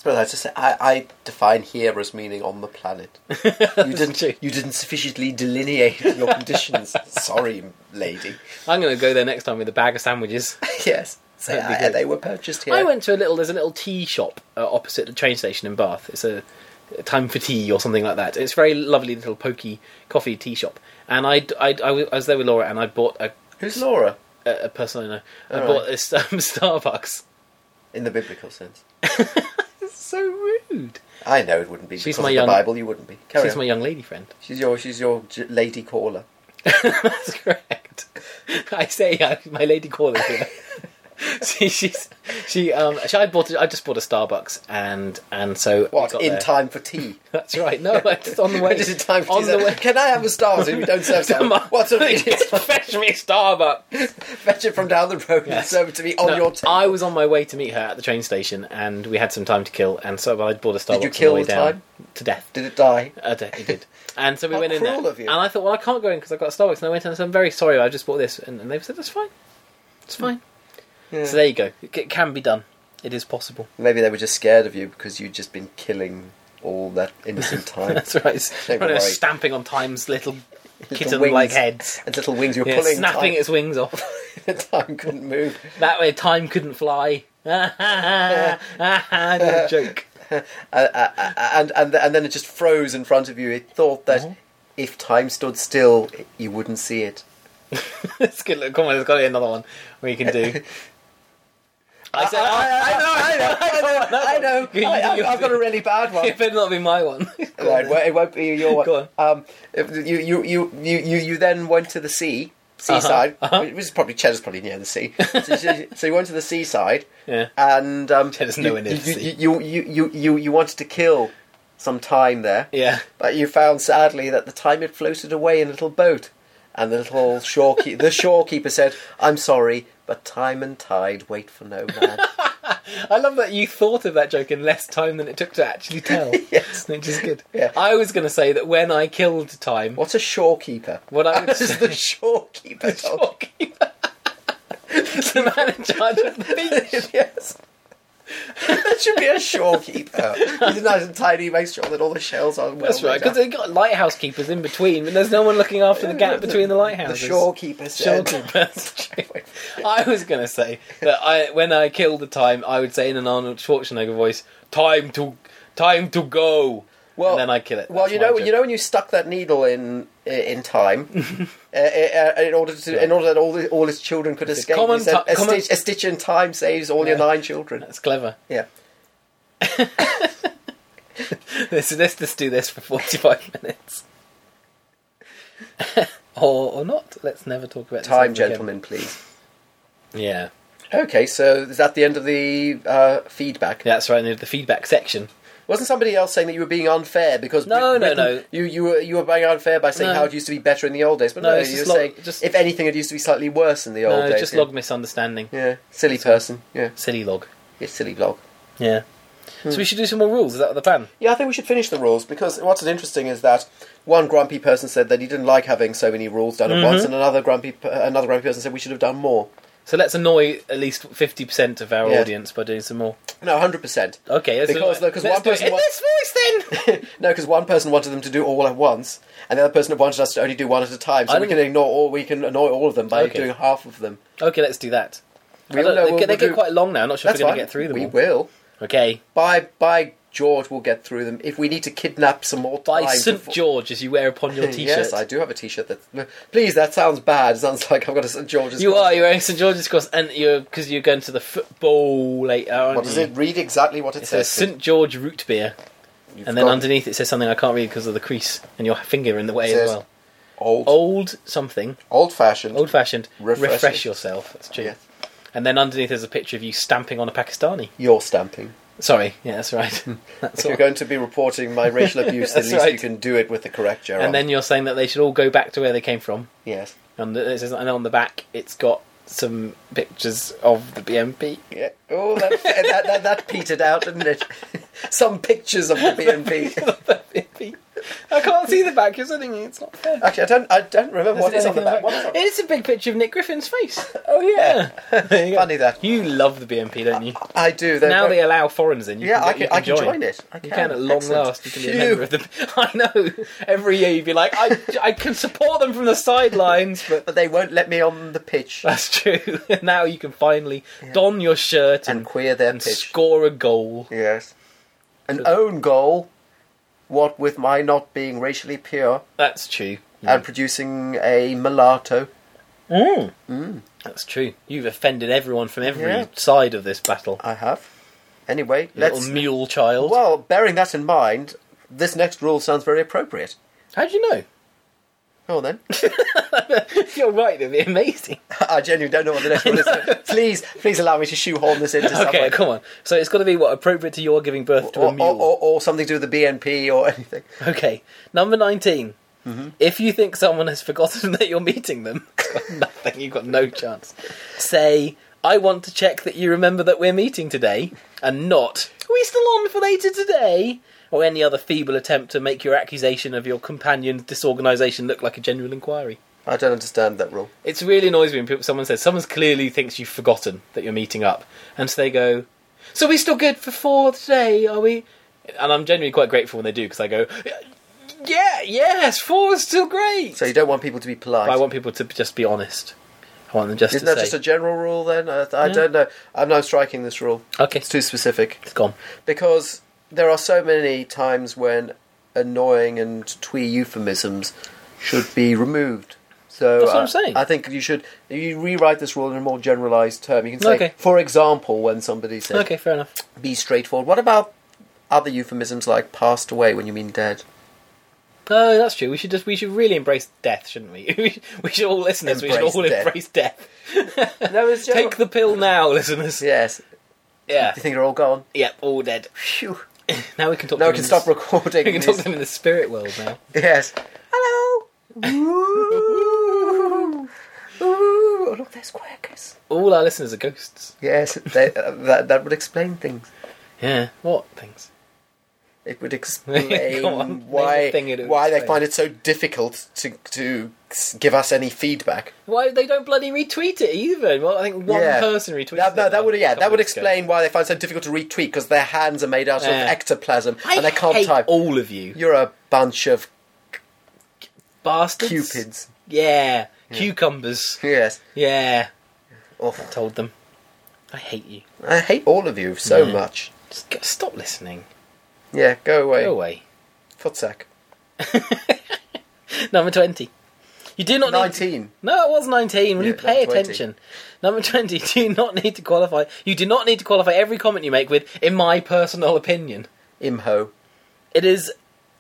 Speaker 2: Well, I just say I, I define here as meaning on the
Speaker 1: (laughs)
Speaker 2: planet. You didn't.
Speaker 1: true.
Speaker 2: you didn't sufficiently delineate
Speaker 1: (laughs)
Speaker 2: your conditions. Sorry, lady.
Speaker 1: I'm going to go there next time with a bag of sandwiches.
Speaker 2: Yes. Say
Speaker 1: That'd be
Speaker 2: I-
Speaker 1: good.
Speaker 2: they were purchased here.
Speaker 1: I went to a little. There's a little tea shop uh, opposite the train station in Bath. It's a, a time for tea or something like that. It's a very lovely little pokey coffee tea shop. And I, I, I was I was there with Laura, and I bought a
Speaker 2: Who's Laura
Speaker 1: a, a person I know. I
Speaker 2: All
Speaker 1: bought
Speaker 2: right.
Speaker 1: this (laughs) um, Starbucks.
Speaker 2: in the biblical sense?
Speaker 1: So rude.
Speaker 2: I know it wouldn't be.
Speaker 1: She's
Speaker 2: because
Speaker 1: my
Speaker 2: of
Speaker 1: young-
Speaker 2: the Bible. You wouldn't be. Carry
Speaker 1: She's
Speaker 2: on.
Speaker 1: my young lady friend. (laughs)
Speaker 2: She's your. She's your j- lady caller.
Speaker 1: That's correct. I say uh, my lady calling here. (laughs) she, she's, she, um, she, I bought, a- I just bought a Starbucks, and and so we
Speaker 2: What
Speaker 1: got
Speaker 2: in
Speaker 1: there.
Speaker 2: time for
Speaker 1: (laughs)
Speaker 2: tea?
Speaker 1: That's right.
Speaker 2: (laughs)
Speaker 1: No, it's on the way.
Speaker 2: Just in time for
Speaker 1: on
Speaker 2: tea. (laughs)
Speaker 1: the
Speaker 2: so,
Speaker 1: way.
Speaker 2: Can I have a star? So we don't
Speaker 1: (laughs)
Speaker 2: serve
Speaker 1: Come
Speaker 2: (laughs) sandwich.
Speaker 1: on.
Speaker 2: What's a
Speaker 1: Fetch me a Starbucks.
Speaker 2: Fetch it from down the road and
Speaker 1: Yes.
Speaker 2: serve it to me on
Speaker 1: No,
Speaker 2: your table.
Speaker 1: I was on my way to meet her at the train station, and we had some time to kill, and so I bought a Starbucks.
Speaker 2: you kill
Speaker 1: on the way
Speaker 2: the
Speaker 1: down
Speaker 2: time?
Speaker 1: to death?
Speaker 2: Did it die?
Speaker 1: Uh, d- it did. And so we
Speaker 2: How
Speaker 1: went in
Speaker 2: cruel
Speaker 1: there.
Speaker 2: of you.
Speaker 1: And I thought, well, I can't go in because I've got a Starbucks. And I went in and said, I'm very sorry, I just bought this. And, and they said, that's fine. It's
Speaker 2: Hmm.
Speaker 1: fine. So there you go. It c- can be done. It is possible. (laughs)
Speaker 2: Maybe they were just scared of you because you'd just been killing all that innocent
Speaker 1: (laughs)
Speaker 2: time.
Speaker 1: That's right. It's
Speaker 2: Don't
Speaker 1: right, it's
Speaker 2: worry.
Speaker 1: stamping on
Speaker 2: (laughs)
Speaker 1: time's little kitten like
Speaker 2: wings.
Speaker 1: heads.
Speaker 2: and little wings, you were
Speaker 1: Yeah,
Speaker 2: pulling (laughs)
Speaker 1: snapping
Speaker 2: time.
Speaker 1: its wings off.
Speaker 2: time couldn't move.
Speaker 1: that way, time couldn't fly. (laughs) no joke. (laughs)
Speaker 2: Uh, uh, uh, and, and, and then it just froze in front of you. It thought that
Speaker 1: Uh-huh.
Speaker 2: if time stood still, you wouldn't see it.
Speaker 1: it's a good. Look, come on, there's got to be another one we can
Speaker 2: (laughs)
Speaker 1: do. I said, "Ah."
Speaker 2: I know, I
Speaker 1: (laughs) You-
Speaker 2: know, I know.
Speaker 1: you-
Speaker 2: I, I've got a really bad one.
Speaker 1: it better not be my one. (laughs) Go on.
Speaker 2: Right, well, it won't be your one.
Speaker 1: (laughs) Go on.
Speaker 2: Um, if you, you, you, you, you, you then went to the sea, seaside,
Speaker 1: Uh-huh,
Speaker 2: which is probably Cheddar's probably near the
Speaker 1: (laughs)
Speaker 2: sea. so, so- so you went to the seaside,
Speaker 1: Yeah.
Speaker 2: and um,
Speaker 1: Cheddar's
Speaker 2: you,
Speaker 1: nowhere near
Speaker 2: you,
Speaker 1: the sea.
Speaker 2: You, you, you, you, you wanted to kill some time there,
Speaker 1: Yeah.
Speaker 2: but you found sadly that the time had floated away in a little boat, and the little shorekeeper,
Speaker 1: (laughs)
Speaker 2: the shorekeeper said, "I'm sorry, but time and tide wait for no
Speaker 1: (laughs)
Speaker 2: man."
Speaker 1: I love that you thought of that joke in less time than it took to actually tell.
Speaker 2: (laughs) Yes.
Speaker 1: which is good.
Speaker 2: Yeah.
Speaker 1: I was going to say that when I killed time,
Speaker 2: What's a shorekeeper?
Speaker 1: What I would
Speaker 2: this is the
Speaker 1: say- (laughs)
Speaker 2: shorekeeper. told me.
Speaker 1: shopkeeper, (laughs) the man in charge of the beach.
Speaker 2: (laughs) yes. that should be a shorekeeper. He's nice and tidy, makes sure that all the shells are well.
Speaker 1: That's right,
Speaker 2: laid out.
Speaker 1: because they've got lighthouse keepers in between, but there's no one looking after the gap between the
Speaker 2: the
Speaker 1: lighthouses. (laughs)
Speaker 2: shorekeeper said.
Speaker 1: Shopkeeper. (laughs) I was going to say that I, when I killed the time, I would say in an Arnold Schwarzenegger voice, "Time to, time to go."
Speaker 2: Well,
Speaker 1: and then I kill it.
Speaker 2: Well,
Speaker 1: That's
Speaker 2: you
Speaker 1: my
Speaker 2: know,
Speaker 1: joke.
Speaker 2: you know when you stuck that needle in eh, in time,
Speaker 1: (laughs)
Speaker 2: uh, uh, uh, in order to, in order that all the, all his children could escape. he
Speaker 1: common
Speaker 2: said,
Speaker 1: ti-
Speaker 2: a,
Speaker 1: common-
Speaker 2: stitch, a stitch in time saves all your
Speaker 1: Yeah.
Speaker 2: nine children.
Speaker 1: that's clever.
Speaker 2: Yeah.
Speaker 1: (laughs) Let's, let's just do this for 45 (laughs) minutes. or, or not. Let's never talk about this
Speaker 2: Time,
Speaker 1: ever again.
Speaker 2: gentlemen, please.
Speaker 1: Yeah.
Speaker 2: Okay, so is that the end of the uh, feedback?
Speaker 1: Yeah, That's right, and the feedback section.
Speaker 2: Wasn't somebody else saying that you were being unfair because
Speaker 1: No,
Speaker 2: Brit-
Speaker 1: no,
Speaker 2: Britain-
Speaker 1: no.
Speaker 2: You you were you were being unfair by saying
Speaker 1: No.
Speaker 2: how it used to be better in the old days, but
Speaker 1: No,
Speaker 2: no,
Speaker 1: it's
Speaker 2: you were
Speaker 1: just log-
Speaker 2: saying
Speaker 1: just-
Speaker 2: if anything, it used to be slightly worse in the old
Speaker 1: No,
Speaker 2: days.
Speaker 1: just
Speaker 2: yeah.
Speaker 1: log misunderstanding.
Speaker 2: Yeah, silly person. Yeah,
Speaker 1: Silly log.
Speaker 2: you silly log.
Speaker 1: Yeah. So we should do some more rules. Is that the plan?
Speaker 2: Yeah, I think we should finish the rules because what's interesting is that one grumpy person said that he didn't like having so many rules done at once, and another grumpy per- another grumpy person said we should have done more.
Speaker 1: So let's annoy at least 50% of our
Speaker 2: Yeah.
Speaker 1: audience by doing some more.
Speaker 2: No, hundred percent. (laughs)
Speaker 1: Okay, let's
Speaker 2: Because,
Speaker 1: do
Speaker 2: though,
Speaker 1: it.
Speaker 2: 'cause
Speaker 1: Let's
Speaker 2: one
Speaker 1: do it
Speaker 2: person
Speaker 1: in
Speaker 2: wa-
Speaker 1: this voice then! (laughs)
Speaker 2: No, because one person wanted them to do all at once, and the other person wanted us to only do one at a time. So
Speaker 1: I
Speaker 2: we
Speaker 1: don't-
Speaker 2: can ignore all we can annoy all of them by
Speaker 1: Okay.
Speaker 2: doing half of them.
Speaker 1: okay, let's do that.
Speaker 2: We
Speaker 1: I don't-
Speaker 2: all know
Speaker 1: they
Speaker 2: we'll-
Speaker 1: get, they
Speaker 2: we'll
Speaker 1: get
Speaker 2: do-
Speaker 1: quite long now. I'm not sure if
Speaker 2: That's
Speaker 1: we're going
Speaker 2: fine.
Speaker 1: to get through them
Speaker 2: We
Speaker 1: all.
Speaker 2: will.
Speaker 1: Okay.
Speaker 2: by by George will get through them. If we need to kidnap some more
Speaker 1: By
Speaker 2: time
Speaker 1: St.
Speaker 2: before- Mm,
Speaker 1: George, as you wear upon your t
Speaker 2: (laughs)
Speaker 1: shirt.
Speaker 2: Yes, I do have a T-shirt. That please, that sounds bad. It sounds (laughs) like I've got a St George's.
Speaker 1: You
Speaker 2: cross.
Speaker 1: are, you're wearing St. George's cross, and you're, because you're going to the football later, aren't
Speaker 2: What does
Speaker 1: you?
Speaker 2: it read exactly? What it,
Speaker 1: It says
Speaker 2: says?
Speaker 1: St. George root beer,
Speaker 2: You've
Speaker 1: and then
Speaker 2: got
Speaker 1: underneath it says something I can't read because of the crease and your finger in the way
Speaker 2: It
Speaker 1: as
Speaker 2: says-
Speaker 1: well.
Speaker 2: old, old,
Speaker 1: Old something,
Speaker 2: fashioned.
Speaker 1: old fashioned,
Speaker 2: Refresh
Speaker 1: refresh,
Speaker 2: it.
Speaker 1: yourself. That's true.
Speaker 2: Yes.
Speaker 1: And then underneath there's a picture of you stamping on a Pakistani.
Speaker 2: You're stamping.
Speaker 1: Sorry, yeah, that's right.
Speaker 2: Hmm.
Speaker 1: (laughs) that's
Speaker 2: If (laughs) you're
Speaker 1: all.
Speaker 2: going to be reporting my
Speaker 1: (laughs)
Speaker 2: racial abuse, at
Speaker 1: That's
Speaker 2: least you
Speaker 1: right.
Speaker 2: can do it with the correct gerund.
Speaker 1: And then you're saying that they should all go back to where they came from.
Speaker 2: yes,
Speaker 1: And the- it says- and on the back, it's got some pictures of the (laughs) BNP.
Speaker 2: yeah. Oh, that, (laughs) that, that, that petered out, didn't it? (laughs) Some pictures of the
Speaker 1: (laughs)
Speaker 2: BNP.
Speaker 1: I can't see the back. You're saying it's not fair.
Speaker 2: Actually, I don't. I don't remember what is on the back. What is on-
Speaker 1: It's a big picture of Nick Griffin's face. Oh yeah,
Speaker 2: (laughs)
Speaker 1: There you go.
Speaker 2: Funny that.
Speaker 1: you love the BNP, don't you?
Speaker 2: I do. They're
Speaker 1: now
Speaker 2: very-
Speaker 1: they allow foreigners in. You
Speaker 2: Yeah,
Speaker 1: can,
Speaker 2: I
Speaker 1: get-
Speaker 2: can-
Speaker 1: you
Speaker 2: I can join it. I
Speaker 1: you
Speaker 2: can.
Speaker 1: can at long
Speaker 2: Excellent.
Speaker 1: last. You can be a
Speaker 2: Phew.
Speaker 1: member of the. (laughs) I know. Every year you'd be like, I, I can support them from the sidelines, but (laughs)
Speaker 2: but they won't let me on the pitch
Speaker 1: that's true. (laughs) now you can finally don your shirt and,
Speaker 2: and queer their
Speaker 1: and
Speaker 2: pitch.
Speaker 1: score a goal.
Speaker 2: Yes. An own goal, what with my not being racially pure
Speaker 1: That's true.
Speaker 2: and producing a mulatto.
Speaker 1: Mm. That's true. You've offended everyone from every
Speaker 2: Yeah.
Speaker 1: side of this battle.
Speaker 2: I have. Anyway, let's.
Speaker 1: Little mule child.
Speaker 2: Well, bearing that in mind, this next rule sounds very appropriate.
Speaker 1: How do you know? (laughs)
Speaker 2: Well then, (laughs)
Speaker 1: You're right. It'd be amazing.
Speaker 2: I genuinely don't know what the next one is.
Speaker 1: (laughs)
Speaker 2: so Please, please allow me to shoehorn this into
Speaker 1: Okay,
Speaker 2: something.
Speaker 1: come on. So it's got to be what appropriate to your giving birth to
Speaker 2: Or,
Speaker 1: a mule.
Speaker 2: or, or, or something to do with the BNP or (laughs) Mm-hmm. anything.
Speaker 1: Okay, number 19 If you think someone has forgotten (laughs) that you're meeting them, nothing. You've got no chance. Say, "I want to check that you remember that we're meeting today," and not, "Are we still on for later today?" Or any other feeble attempt to make your accusation of your companion's disorganisation look like a general inquiry.
Speaker 2: I don't understand that rule.
Speaker 1: It's really annoys me when people, someone says someone's clearly thinks you've forgotten that you're meeting up, and so they go, "So we still good for four today? Are we?" And I'm generally quite grateful when they do because I go, "Yeah, yes, four is still great."
Speaker 2: So you don't want people to be polite.
Speaker 1: But I want people to just be honest. I want them just
Speaker 2: Isn't
Speaker 1: to
Speaker 2: that
Speaker 1: say,
Speaker 2: just a general rule then? I, I don't know. I'm now striking this rule.
Speaker 1: "Okay,
Speaker 2: It's too specific.
Speaker 1: it's gone."
Speaker 2: because there are so many times when annoying and twee euphemisms should be removed. So
Speaker 1: That's what
Speaker 2: uh,
Speaker 1: I'm saying.
Speaker 2: I think you should you rewrite this rule in a more generalised term. You can say,
Speaker 1: Okay.
Speaker 2: for example, when somebody says,
Speaker 1: Okay, fair enough.
Speaker 2: "Be straightforward." What about other euphemisms like "passed away" when you mean dead?
Speaker 1: No, that's true. We should just we should really embrace death, shouldn't we? (laughs) we should- we should all listeners. we
Speaker 2: Embrace
Speaker 1: should all
Speaker 2: death.
Speaker 1: embrace death.
Speaker 2: No,
Speaker 1: (laughs)
Speaker 2: it's
Speaker 1: Take the pill now, listeners. Yeah,
Speaker 2: yes.
Speaker 1: yeah,
Speaker 2: You think they're all gone?
Speaker 1: all dead. (laughs)
Speaker 2: Phew.
Speaker 1: Now we can talk.
Speaker 2: Now
Speaker 1: to
Speaker 2: we can
Speaker 1: them in
Speaker 2: stop
Speaker 1: the-
Speaker 2: recording.
Speaker 1: (laughs) We can talk
Speaker 2: this.
Speaker 1: to them in the spirit world now.
Speaker 2: Yes.
Speaker 3: Hello.
Speaker 2: Ooh. Ooh.
Speaker 3: Look, there's quirkers.
Speaker 1: All our listeners are ghosts.
Speaker 2: Yes, they, uh, that that would explain things.
Speaker 1: Yeah. What things?
Speaker 2: It
Speaker 1: (laughs)
Speaker 2: would explain
Speaker 1: Go on, name
Speaker 2: why
Speaker 1: the thing it would
Speaker 2: why they
Speaker 1: explain.
Speaker 2: find it so difficult to to s- give us any feedback.
Speaker 1: Why they don't bloody retweet it either? Well, I think one
Speaker 2: Yeah.
Speaker 1: person retweeted.
Speaker 2: That, no,
Speaker 1: it
Speaker 2: that would
Speaker 1: like a
Speaker 2: yeah,
Speaker 1: couple
Speaker 2: that would
Speaker 1: weeks ago.
Speaker 2: explain why they find it so difficult to retweet because their hands are made out of
Speaker 1: Yeah.
Speaker 2: ectoplasm
Speaker 1: I
Speaker 2: and they can't
Speaker 1: hate
Speaker 2: type.
Speaker 1: all of you,
Speaker 2: You're a bunch of
Speaker 1: bastards.
Speaker 2: cupids.
Speaker 1: Yeah. Cucumbers.
Speaker 2: Yes,
Speaker 1: Yeah.
Speaker 2: oh,
Speaker 1: Told them. I hate you.
Speaker 2: I hate all of you so
Speaker 1: Yeah.
Speaker 2: much.
Speaker 1: Just go, stop listening.
Speaker 2: Yeah, go away,
Speaker 1: Go away.
Speaker 2: footsack.
Speaker 1: (laughs) Number twenty. You do not need.
Speaker 2: Nineteen.
Speaker 1: No, it was 19. Will
Speaker 2: Yeah,
Speaker 1: you pay
Speaker 2: not 20.
Speaker 1: attention? Number 20, do not need to qualify. You do not need to qualify every comment you make with, in my personal opinion.
Speaker 2: Imho.
Speaker 1: It is,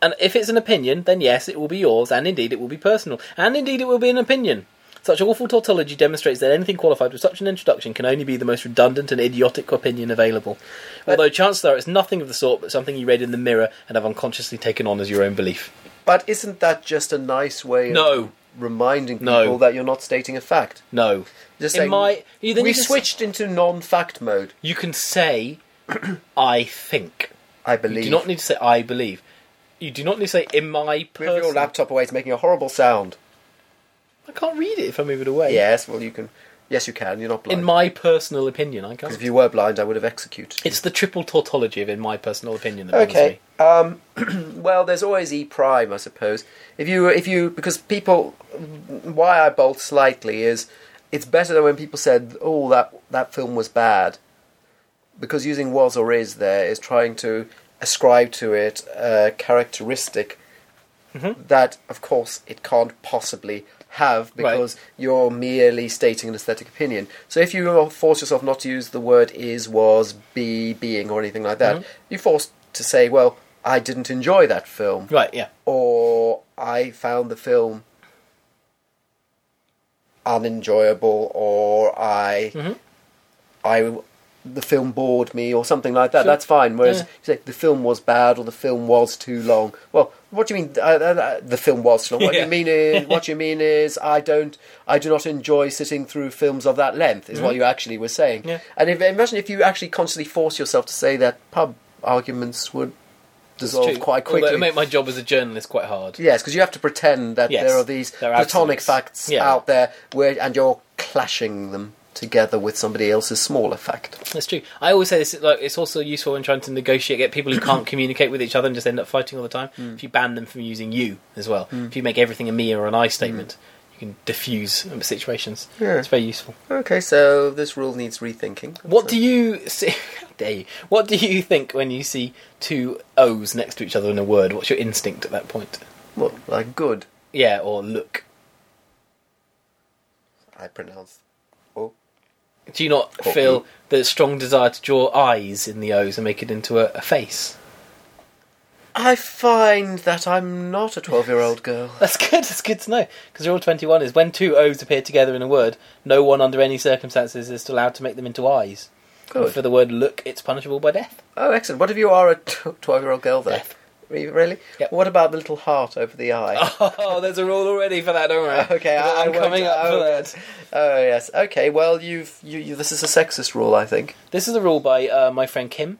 Speaker 1: and if it's an opinion, then yes, it will be yours, and indeed it will be personal, and indeed it will be an opinion. Such awful tautology demonstrates that anything qualified with such an introduction can only be the most redundant and idiotic opinion available. Although chances are it's nothing of the sort, but something you read in the mirror and have unconsciously taken on as your own belief.
Speaker 2: But isn't that just a nice way?
Speaker 1: No.
Speaker 2: of reminding people
Speaker 1: No.
Speaker 2: that you're not stating a fact.
Speaker 1: No,
Speaker 2: Just
Speaker 1: in
Speaker 2: saying,
Speaker 1: my you, then
Speaker 2: we
Speaker 1: you can s-
Speaker 2: switched into non-fact mode.
Speaker 1: You can say, (clears throat) "I think."
Speaker 2: I
Speaker 1: You
Speaker 2: believe.
Speaker 1: do not need to say "I believe." You do not need to say "in my
Speaker 2: Move your
Speaker 1: personal."
Speaker 2: laptop away. It's making a horrible sound.
Speaker 1: I can't read it if I move it away.
Speaker 2: Yes, well, you can. Yes, you can. You're not blind.
Speaker 1: In my personal opinion, I can't.
Speaker 2: if you were blind, I would have executed. you.
Speaker 1: It's the triple tautology of in my personal opinion that bothers
Speaker 2: Okay.
Speaker 1: me.
Speaker 2: Um, (clears throat) well, there's always e prime, I suppose. If you, if you, because people, why I bolt slightly is, it's better than when people said, "Oh, that that film was bad," because using was or is there is trying to ascribe to it a characteristic that, of course, it can't possibly have because you're merely stating an aesthetic opinion. So if you force yourself not to use the word is, was, be, being, or anything like that, you're forced to say, well, I didn't enjoy that film,
Speaker 1: Right, yeah.
Speaker 2: or I found the film unenjoyable, or I,
Speaker 1: Mm-hmm.
Speaker 2: I, the film bored me, or something like that. That's fine. Whereas
Speaker 1: Yeah.
Speaker 2: you say the film was bad, or the film was too long. Well, what do you mean? Uh, uh, uh, the film was too long. What
Speaker 1: Yeah.
Speaker 2: you mean is, what you mean is, I don't, I do not enjoy sitting through films of that length. Is what you actually were saying.
Speaker 1: Mm-hmm. Yeah.
Speaker 2: And if, imagine if you actually constantly force yourself to say that pub arguments would dissolve
Speaker 1: True.
Speaker 2: quite
Speaker 1: Although
Speaker 2: quickly.
Speaker 1: It made my job as a journalist quite hard.
Speaker 2: Yes, because you have to pretend that
Speaker 1: Yes,
Speaker 2: there are these
Speaker 1: they're
Speaker 2: platonic
Speaker 1: absolutes.
Speaker 2: facts
Speaker 1: Yeah.
Speaker 2: out there, where and you're clashing them together with somebody else's smaller fact.
Speaker 1: That's true. I always say this. Like, it's also useful when trying to negotiate. Get people
Speaker 2: (clears throat)
Speaker 1: who can't communicate with each other and just end up fighting all the time.
Speaker 2: Hmm.
Speaker 1: If you ban them from using you as well, if you make everything a me or an I statement, you can diffuse um, situations.
Speaker 2: Hmm. Yeah.
Speaker 1: It's very useful.
Speaker 2: Okay, so this rule needs rethinking.
Speaker 1: What do you see? (laughs) How dare you? What do you think when you see two O's next to each other in a word? What's your instinct at that point?
Speaker 2: Well, like good,
Speaker 1: Yeah, or look.
Speaker 2: I pronounce. Oh,
Speaker 1: Do you not
Speaker 2: Or
Speaker 1: feel
Speaker 2: look.
Speaker 1: the strong desire to draw eyes in the O's and make it into a, a face?
Speaker 2: I find that I'm not a twelve-year-old girl.
Speaker 1: (laughs) That's good. That's good to know. Because rule twenty-one is when two O's appear together in a word, no one under any circumstances is allowed to make them into eyes.
Speaker 2: Good.
Speaker 1: And For the word "look," it's punishable by death.
Speaker 2: Oh, excellent. What if you are a t- twelve-year-old girl, though?
Speaker 1: Death.
Speaker 2: Re- Really?
Speaker 1: Yep.
Speaker 2: What about the little heart over the eye?
Speaker 1: (laughs) Oh, there's a rule already for that, don't (laughs) worry.
Speaker 2: (laughs) Okay, I, I
Speaker 1: I'm
Speaker 2: won't-
Speaker 1: coming up
Speaker 2: oh,
Speaker 1: for that.
Speaker 2: yes. Oh yes. Okay. Well, you've you, you. This is a sexist rule, I think.
Speaker 1: This is a rule by uh, my friend Kim.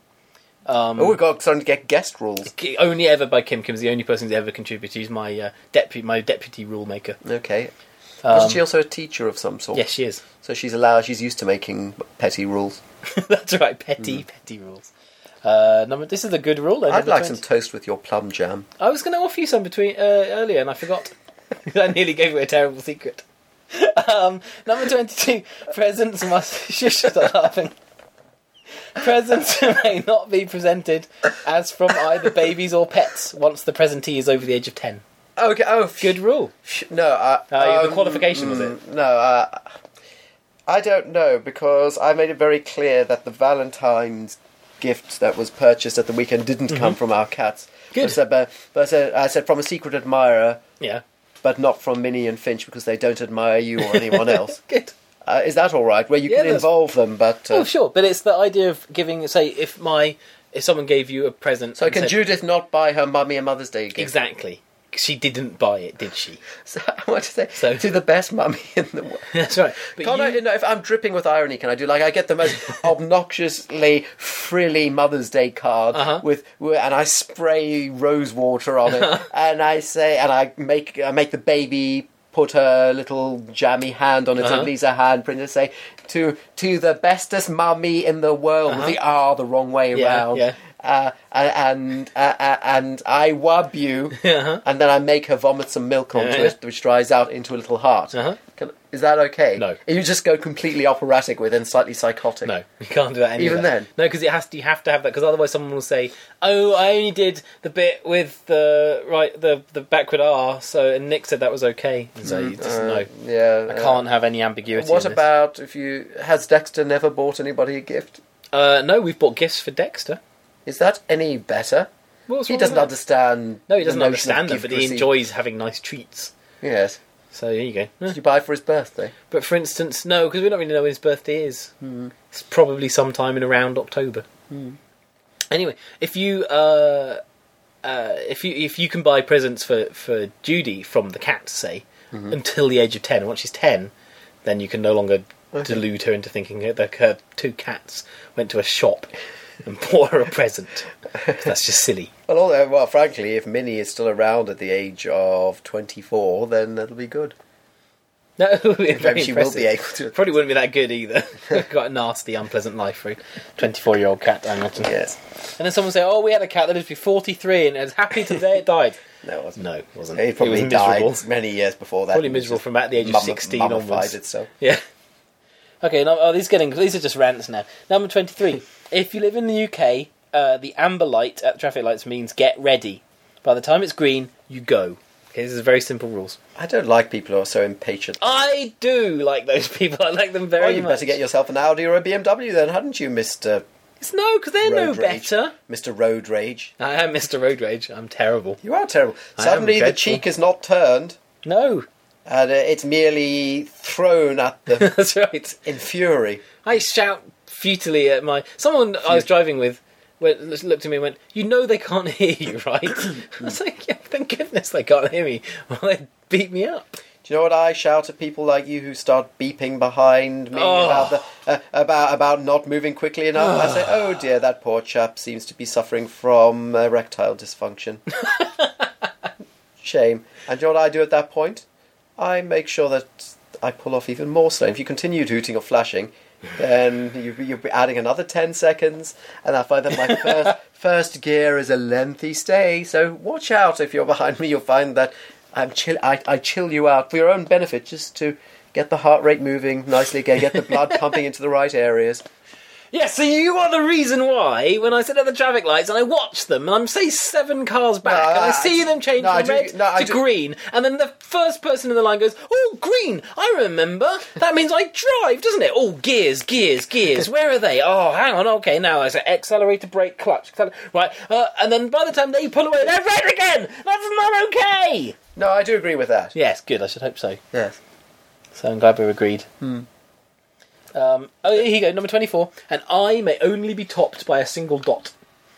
Speaker 1: Um,
Speaker 2: Oh, we've got starting to get guest rules.
Speaker 1: K- only ever by Kim. Kim's the only person who's ever contributed. She's my uh, deputy, my deputy rule maker.
Speaker 2: Okay.
Speaker 1: Um,
Speaker 2: Wasn't she also a teacher of some sort?
Speaker 1: yes, she is. (laughs)
Speaker 2: So she's allowed. She's used to making petty rules.
Speaker 1: That's right. Petty, petty rules. Uh, number. This is a good rule. though,
Speaker 2: Mm. I'd
Speaker 1: number
Speaker 2: like
Speaker 1: 20.
Speaker 2: some toast with your plum jam.
Speaker 1: I was going to offer you some between uh, earlier, and I forgot. (laughs) I nearly gave away a terrible secret. (laughs) Um, number twenty-two: presents must. (laughs) Shush, stop laughing. Presents (laughs) may not be presented as from either babies or pets once the presentee is over the age of ten.
Speaker 2: Okay. Oh, f-
Speaker 1: Good rule.
Speaker 2: f- No. Uh,
Speaker 1: Uh, the
Speaker 2: um,
Speaker 1: qualification was it.
Speaker 2: No. Uh, I don't know because I made it very clear that the Valentine's gift that was purchased at the weekend didn't come from our cats.
Speaker 1: Mm-hmm. Good.
Speaker 2: But I said, but, but I said, I said from a secret admirer.
Speaker 1: Yeah.
Speaker 2: but not from Minnie and Finch because they don't admire you or
Speaker 1: (laughs)
Speaker 2: anyone else.
Speaker 1: Good.
Speaker 2: Uh, is that all right? Where you
Speaker 1: Yeah,
Speaker 2: can
Speaker 1: that's-
Speaker 2: involve them, but uh,
Speaker 1: Oh, sure, but it's the idea of giving. Say, if my if someone gave you a present,
Speaker 2: so
Speaker 1: and
Speaker 2: can
Speaker 1: said-
Speaker 2: Judith not buy her mummy a Mother's Day gift?
Speaker 1: exactly? She didn't buy it, did she?
Speaker 2: (laughs)
Speaker 1: (laughs)
Speaker 2: So I want to say
Speaker 1: So-
Speaker 2: to the best mummy in the world.
Speaker 1: That's right. But
Speaker 2: Can I,
Speaker 1: you-
Speaker 2: you know, if I'm dripping with irony, can I do like I get the
Speaker 1: (laughs)
Speaker 2: most obnoxiously frilly Mother's Day card
Speaker 1: Uh-huh.
Speaker 2: with, with, and I spray rose water on
Speaker 1: (laughs)
Speaker 2: it, and I say, and I make I make the baby put her little jammy hand on it
Speaker 1: Uh-huh.
Speaker 2: and Lisa handprint and say to to the bestest mummy in the world with the R the wrong way
Speaker 1: Uh-huh. Yeah,
Speaker 2: around.
Speaker 1: yeah.
Speaker 2: Uh, and uh, uh, and I wub
Speaker 1: (laughs)
Speaker 2: you,
Speaker 1: (laughs) Uh-huh.
Speaker 2: and then I make her vomit some milk onto
Speaker 1: Yeah.
Speaker 2: it, which dries out into a little heart.
Speaker 1: Uh-huh.
Speaker 2: Can, is that okay?
Speaker 1: No.
Speaker 2: You just go completely operatic with and slightly psychotic.
Speaker 1: No, you can't do that. Any of
Speaker 2: Even
Speaker 1: that.
Speaker 2: then?
Speaker 1: no, because it has to. You have to have that because otherwise, someone will say, "Oh, I only did the bit with the right the the backward R." So and Nick said that was okay. And so you just
Speaker 2: Yeah.
Speaker 1: no, I
Speaker 2: Mm-hmm. uh,
Speaker 1: can't have any ambiguity.
Speaker 2: What
Speaker 1: in this.
Speaker 2: about if you has Dexter never bought anybody a gift?
Speaker 1: Uh, no, we've bought gifts for Dexter.
Speaker 2: Is that any better?
Speaker 1: What's
Speaker 2: He
Speaker 1: wrong
Speaker 2: doesn't
Speaker 1: with that?
Speaker 2: understand.
Speaker 1: No, he doesn't
Speaker 2: the notion of
Speaker 1: understand that,
Speaker 2: gift
Speaker 1: but he
Speaker 2: receipt.
Speaker 1: enjoys having nice treats.
Speaker 2: Yes.
Speaker 1: So there you go. Yeah.
Speaker 2: Did you buy for his birthday?
Speaker 1: But for instance, no, because we don't really know when his birthday is.
Speaker 2: Hmm.
Speaker 1: It's probably sometime in around October. Anyway, if you uh, uh, if you if you can buy presents for for Judy from the cat, say
Speaker 2: Mm-hmm.
Speaker 1: until the age of ten, once she's ten, then you can no longer delude her into thinking that her two cats went to a shop and (laughs) bought her a present. That's just silly. (laughs)
Speaker 2: Well, although, well, frankly, if Minnie is still around at the age of twenty-four, then that'll be good.
Speaker 1: No, it would be very
Speaker 2: she will be
Speaker 1: impressive.
Speaker 2: able to-
Speaker 1: Probably wouldn't be that
Speaker 2: (laughs)
Speaker 1: good either. Quite a nasty, unpleasant life for a twenty-four-year-old cat, I imagine.
Speaker 2: Yes.
Speaker 1: And then someone say, "Oh, we had a cat that lived to be forty-three and is happy to the day it died."
Speaker 2: No, it wasn't.
Speaker 1: (laughs) No, it wasn't.
Speaker 2: He probably
Speaker 1: it was
Speaker 2: died
Speaker 1: miserable.
Speaker 2: many years before that.
Speaker 1: Probably
Speaker 2: It was
Speaker 1: miserable
Speaker 2: just
Speaker 1: from about the age of
Speaker 2: mummi-
Speaker 1: sixteen
Speaker 2: mummified
Speaker 1: onwards.
Speaker 2: itself.
Speaker 1: (laughs) Yeah.
Speaker 2: (laughs)
Speaker 1: Okay. Now, oh, these getting these are just rants now. Number twenty-three. if you live in the UK, uh, the amber light at traffic lights means get ready. By the time it's green, you go. Okay, this is very simple rules.
Speaker 2: I don't like people who are so impatient.
Speaker 1: I do like those (laughs) people. I like them very
Speaker 2: Well, you
Speaker 1: much.
Speaker 2: better get yourself an Audi or a BMW then, hadn't you, Mr.
Speaker 1: It's no, because they're no
Speaker 2: Road Rage?
Speaker 1: better.
Speaker 2: Mr. Road Rage.
Speaker 1: I am Mr. Road Rage. I'm terrible.
Speaker 2: You are terrible.
Speaker 1: am
Speaker 2: Suddenly the
Speaker 1: dreadful.
Speaker 2: cheek is not turned,
Speaker 1: No,
Speaker 2: and uh, it's merely thrown at
Speaker 1: (laughs)
Speaker 2: them
Speaker 1: (laughs) that's right.
Speaker 2: in fury.
Speaker 1: I shout futilely at my. Someone I was driving with went, looked at me and went, "You know they can't (laughs) hear you, right?" I was like, yeah, "Thank goodness they can't hear me, (laughs) or they beat me up."
Speaker 2: Do you know what I shout at people like you who start beeping behind me
Speaker 1: Oh.
Speaker 2: about the uh, about about not moving quickly enough? I say, "Oh dear, that poor chap seems to be suffering from erectile dysfunction." Shame. And do you know what I do at that point? I make sure that I pull off even more slow. If you continue hooting or
Speaker 1: (laughs)
Speaker 2: flashing, then you, you'll be adding another ten seconds, and I find that
Speaker 1: (laughs)
Speaker 2: my first first gear is a lengthy stay. So watch out if you're behind me. You'll find that I'm chill. I, I chill you out for your own benefit, just to get the heart rate moving nicely again, get the
Speaker 1: (laughs)
Speaker 2: blood pumping into the right areas.
Speaker 1: Yeah, so you are the reason why when I sit at the traffic lights and I watch them and I'm say seven cars back
Speaker 2: No,
Speaker 1: and I
Speaker 2: I-
Speaker 1: see them change
Speaker 2: no, I
Speaker 1: from
Speaker 2: do-
Speaker 1: red
Speaker 2: no, I
Speaker 1: to
Speaker 2: do-
Speaker 1: green and then the first person in the line goes, "Oh, green! I remember. That means I drive, doesn't it? Oh, gears, gears, gears. Where are they? Oh, hang on. Okay, now I say accelerator, brake, clutch, acceler- right? Uh, and then by the time they pull away, they're red again. That's not okay.
Speaker 2: No, I do agree with that.
Speaker 1: Yes, good. I should hope so.
Speaker 2: Yes.
Speaker 1: So I'm glad we agreed.
Speaker 2: Hmm.
Speaker 1: Um, oh, here you go, number twenty-four. An eye may only be topped by a single dot.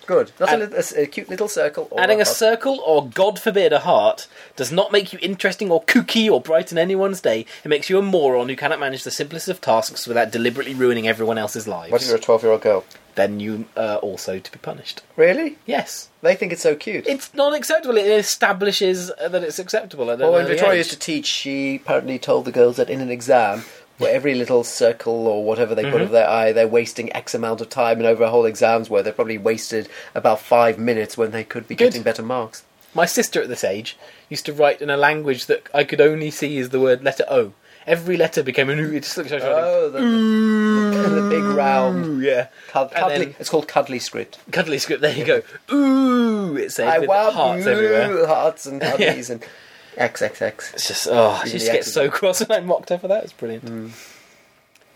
Speaker 2: Good. Not a
Speaker 1: And-
Speaker 2: lit- a, s- a cute little circle. Or
Speaker 1: Adding a
Speaker 2: heart.
Speaker 1: circle or, God forbid, a heart does not make you interesting or kooky or brighten anyone's day. It makes you a moron who cannot manage the simplest of tasks without deliberately ruining everyone else's lives.
Speaker 2: What if you're a twelve-year-old girl?
Speaker 1: Then you uh, also to be punished.
Speaker 2: Really?
Speaker 1: Yes.
Speaker 2: They think it's so cute.
Speaker 1: It's not acceptable. It establishes uh, that it's acceptable.
Speaker 2: Well, when Victoria used to teach, she apparently told the girls that in an exam, where every little circle or whatever they
Speaker 1: Mm-hmm.
Speaker 2: put of their eye, they're wasting X amount of time, and over a whole exam's worth, they probably wasted about five minutes when they could be
Speaker 1: Good.
Speaker 2: getting better marks.
Speaker 1: My sister at this age used to write in a language that I could only see as the word letter O. Every letter became a new. It just looked like she was writing,
Speaker 2: Oh, the, the, big round.
Speaker 1: "Ooh, Um, yeah.
Speaker 2: Cud-
Speaker 1: Mm. And
Speaker 2: cuddly,
Speaker 1: then-
Speaker 2: it's called cuddly script.
Speaker 1: Cuddly script. There you go. Ooh, it said with
Speaker 2: wow,
Speaker 1: hearts
Speaker 2: ooh,
Speaker 1: everywhere.
Speaker 2: Hearts
Speaker 1: (laughs)
Speaker 2: and cuddlies and XXX.
Speaker 1: It's just oh, she just
Speaker 2: the Mm.
Speaker 1: gets so cross, and I mocked her for that. It's brilliant.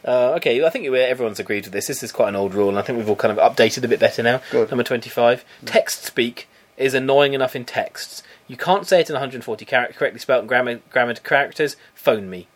Speaker 1: Uh, okay, I think everyone's agreed with this. This is quite an old rule, and I think we've all kind of updated a bit better now.
Speaker 2: Good. Mm.
Speaker 1: Number twenty-five: text speak is annoying enough in texts. You can't say it in 140 char- correctly spelt grammar grammared characters. Phone me.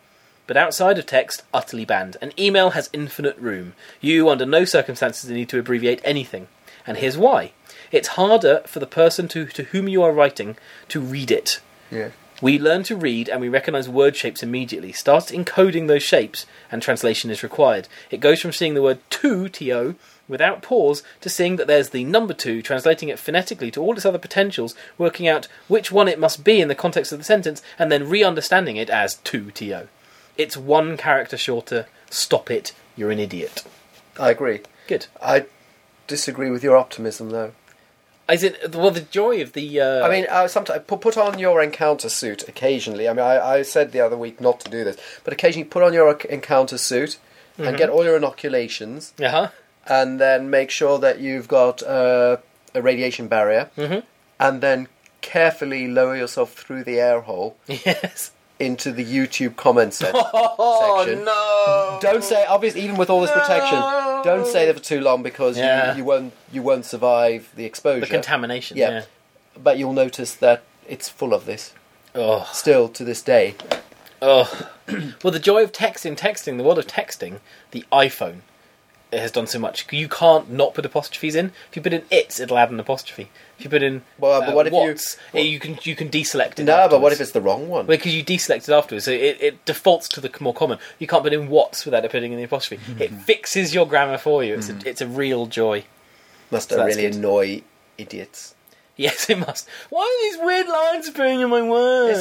Speaker 1: But outside of text, utterly banned. An email has infinite room. You, under no circumstances, need to abbreviate anything. And here's why: it's harder for the person to, to whom you are writing to read it.
Speaker 2: Yeah.
Speaker 1: We learn to read and we recognize word shapes immediately. Start encoding those shapes, and translation is required. It goes from seeing the word to, T-O, without pause, to seeing that there's the number two, translating it phonetically to all its other potentials, working out which one it must be in the context of the sentence, and then re-understanding it as two, T-O. It's one character shorter. Stop it. You're an idiot.
Speaker 2: I agree.
Speaker 1: Good.
Speaker 2: I disagree with your optimism, though.
Speaker 1: Is it well the joy of the? Uh,
Speaker 2: I mean, uh, sometimes put, put on your encounter suit occasionally. I mean, I, I said the other week not to do this, but occasionally put on your ac- encounter suit
Speaker 1: Mm-hmm.
Speaker 2: and get all your inoculations,
Speaker 1: uh-huh. (laughs)
Speaker 2: and then make sure that you've got uh, a radiation barrier,
Speaker 1: Mm-hmm.
Speaker 2: and then carefully lower yourself through the air hole
Speaker 1: Yes.
Speaker 2: into the YouTube comment
Speaker 1: (laughs)
Speaker 2: se- section.
Speaker 1: Oh, no.
Speaker 2: Don't say obviously, even with all this protection, don't say that for too long because
Speaker 1: Yeah.
Speaker 2: you, you won't you won't survive the exposure.
Speaker 1: The contamination.
Speaker 2: Yeah.
Speaker 1: Yeah.
Speaker 2: But you'll notice that it's full of this
Speaker 1: Oh.
Speaker 2: still to this day.
Speaker 1: Oh, (clears throat) well, the joy of texting, texting, the world of texting, the iPhone it has done so much. You can't not put apostrophes in. If you put in it's, it'll add an apostrophe. If you put in
Speaker 2: Well, but what if you-
Speaker 1: what's, eh, you can you can deselect it.
Speaker 2: No, ah, but what
Speaker 1: afterwards.
Speaker 2: if it's the wrong one?
Speaker 1: because you deselect it afterwards, so it, it defaults to the more common. You can't put in what's without putting in the
Speaker 2: (laughs)
Speaker 1: apostrophe. It fixes your grammar for you. It's
Speaker 2: Hmm.
Speaker 1: a, it's a real joy. (laughs)
Speaker 2: Must
Speaker 1: that's
Speaker 2: really
Speaker 1: good.
Speaker 2: annoy idiots.
Speaker 1: Yes, it must. Why are these weird lines appearing in my words?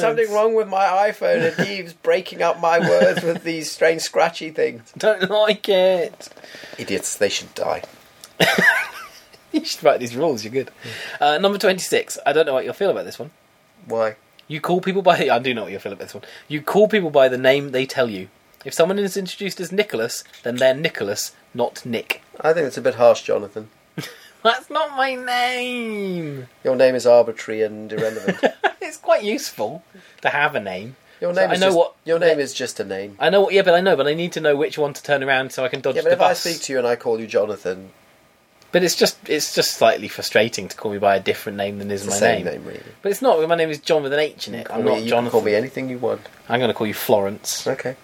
Speaker 2: There's something wrong with my iPhone. It keeps breaking up my words with these strange scratchy things.
Speaker 1: Don't like it.
Speaker 2: Idiots, they should die.
Speaker 1: (laughs) You should write these rules. You're good. Uh, number twenty-six. I don't know what you'll feel about this one.
Speaker 2: Why?
Speaker 1: You call people by. (laughs) I do know what you'll feel about this one. You call people by the name they tell you. If someone is introduced as Nicholas, then they're Nicholas, not Nick. (laughs)
Speaker 2: I think it's a bit harsh, Jonathan.
Speaker 1: That's not my name. (laughs)
Speaker 2: Your name is arbitrary and irrelevant.
Speaker 1: It's quite useful to have a name.
Speaker 2: Your
Speaker 1: So
Speaker 2: name
Speaker 1: I
Speaker 2: is
Speaker 1: know
Speaker 2: just,
Speaker 1: what-
Speaker 2: Your name is just a name.
Speaker 1: I know, what, yeah, but I know, but I need to know which one to turn around so I can dodge
Speaker 2: Yeah, but
Speaker 1: the
Speaker 2: if I
Speaker 1: bus.
Speaker 2: speak to you and I call you Jonathan,
Speaker 1: But it's just, it's just slightly frustrating to call me by a different name than is
Speaker 2: it's
Speaker 1: my
Speaker 2: the same
Speaker 1: name.
Speaker 2: name, really.
Speaker 1: But it's not. My name is John with an H in it. I'm
Speaker 2: Call me-
Speaker 1: not
Speaker 2: you can
Speaker 1: Jonathan.
Speaker 2: call me anything you want.
Speaker 1: I'm going to call you Florence.
Speaker 2: Okay,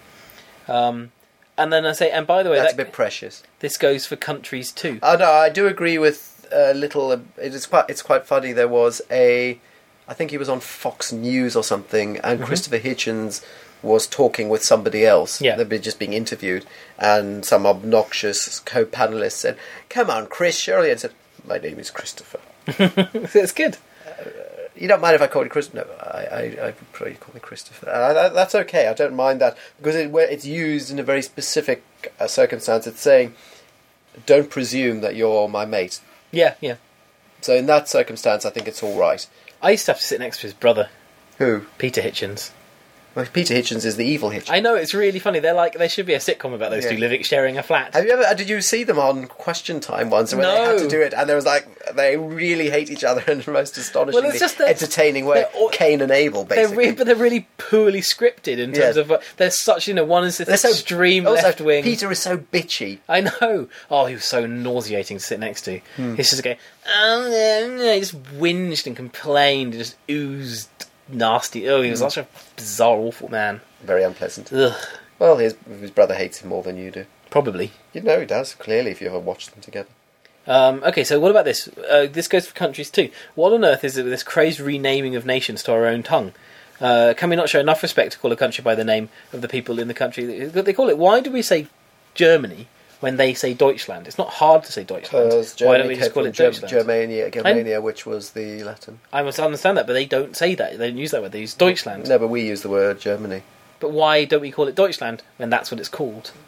Speaker 1: Um, And then I say, and by the way,
Speaker 2: that's
Speaker 1: that,
Speaker 2: a bit precious.
Speaker 1: this goes for countries too. (laughs)
Speaker 2: Oh no, I do agree with a little. uh, It is quite. It's quite funny. There was a, I think he was on Fox News or something, and Christopher Hitchens was talking with somebody else.
Speaker 1: Yeah.
Speaker 2: they'd be just being interviewed, and some obnoxious co-panelist said, "Come on, Chris, Shirley," and said, "My name is Christopher.
Speaker 1: it's good.
Speaker 2: You don't mind if I call you Chris? No, I, I, I prefer you call me Christopher. Uh, that, that's okay. I don't mind that because it, where it's used in a very specific uh, circumstance. It's saying, "Don't presume that you're my mate."
Speaker 1: Yeah, yeah.
Speaker 2: So in that circumstance, I think it's all right.
Speaker 1: I used to have to sit next to his brother,
Speaker 2: Who?
Speaker 1: Peter Hitchens.
Speaker 2: Well, Peter Hitchens is the evil Hitchens.
Speaker 1: I know it's really funny. They're like there should be a sitcom about those
Speaker 2: Yeah.
Speaker 1: two living sharing a flat.
Speaker 2: Have you ever? Did you see them on Question Time once when they had
Speaker 1: No.
Speaker 2: to do it, and there was like they really hate each other in the most astonishingly
Speaker 1: just that-
Speaker 2: entertaining way.
Speaker 1: they're all-
Speaker 2: Cain and Abel,
Speaker 1: They're
Speaker 2: basically.
Speaker 1: re- but they're really poorly scripted in terms
Speaker 2: Yeah.
Speaker 1: of uh, they're such you know one is this extreme
Speaker 2: also,
Speaker 1: left wing.
Speaker 2: Peter is so bitchy.
Speaker 1: I know. Oh, he was so nauseating to sit next to.
Speaker 2: Hmm.
Speaker 1: He's just going, oh, no, no," he just whinged and complained and just oozed nasty. Oh, he
Speaker 2: Hmm.
Speaker 1: was such a bizarre, awful man.
Speaker 2: Very unpleasant.
Speaker 1: Ugh,
Speaker 2: Well, his his brother hates him more than you do.
Speaker 1: probably.
Speaker 2: You know he does clearly if you ever watched them together.
Speaker 1: Um, okay, so what about this? Uh, this goes for countries too. What on earth is it with this crazed renaming of nations to our own tongue? Uh, can we not show enough respect to call a country by the name of the people in the country that they call it? Why do we say Germany when they say Deutschland? It's not hard to say Deutschland.
Speaker 2: Because
Speaker 1: Why don't
Speaker 2: Germany
Speaker 1: we just
Speaker 2: came
Speaker 1: call
Speaker 2: from
Speaker 1: it
Speaker 2: Ger-
Speaker 1: Deutschland?
Speaker 2: Germania, Germania, which was the Latin.
Speaker 1: I must understand that, but they don't say that. They don't use that word. They use Deutschland.
Speaker 2: No, but we use the word Germany.
Speaker 1: But why don't we call it Deutschland when that's what it's called? (laughs)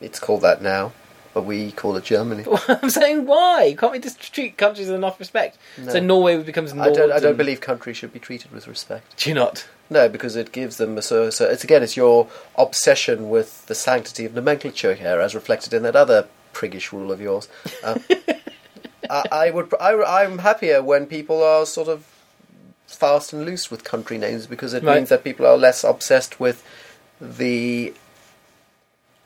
Speaker 2: It's called that now, but we call it Germany.
Speaker 1: I'm saying why can't we just treat countries with enough respect? So Norway becomes
Speaker 2: I
Speaker 1: Norden.
Speaker 2: don't, I don't believe countries should be treated with respect.
Speaker 1: Do you not?
Speaker 2: No, because it gives them a so, so it's again it's your obsession with the sanctity of nomenclature here, as reflected in that other priggish rule of yours.
Speaker 1: (laughs)
Speaker 2: Uh, I, I would I, am happier when people are sort of fast and loose with country names because it
Speaker 1: Right.
Speaker 2: means that people are less obsessed with the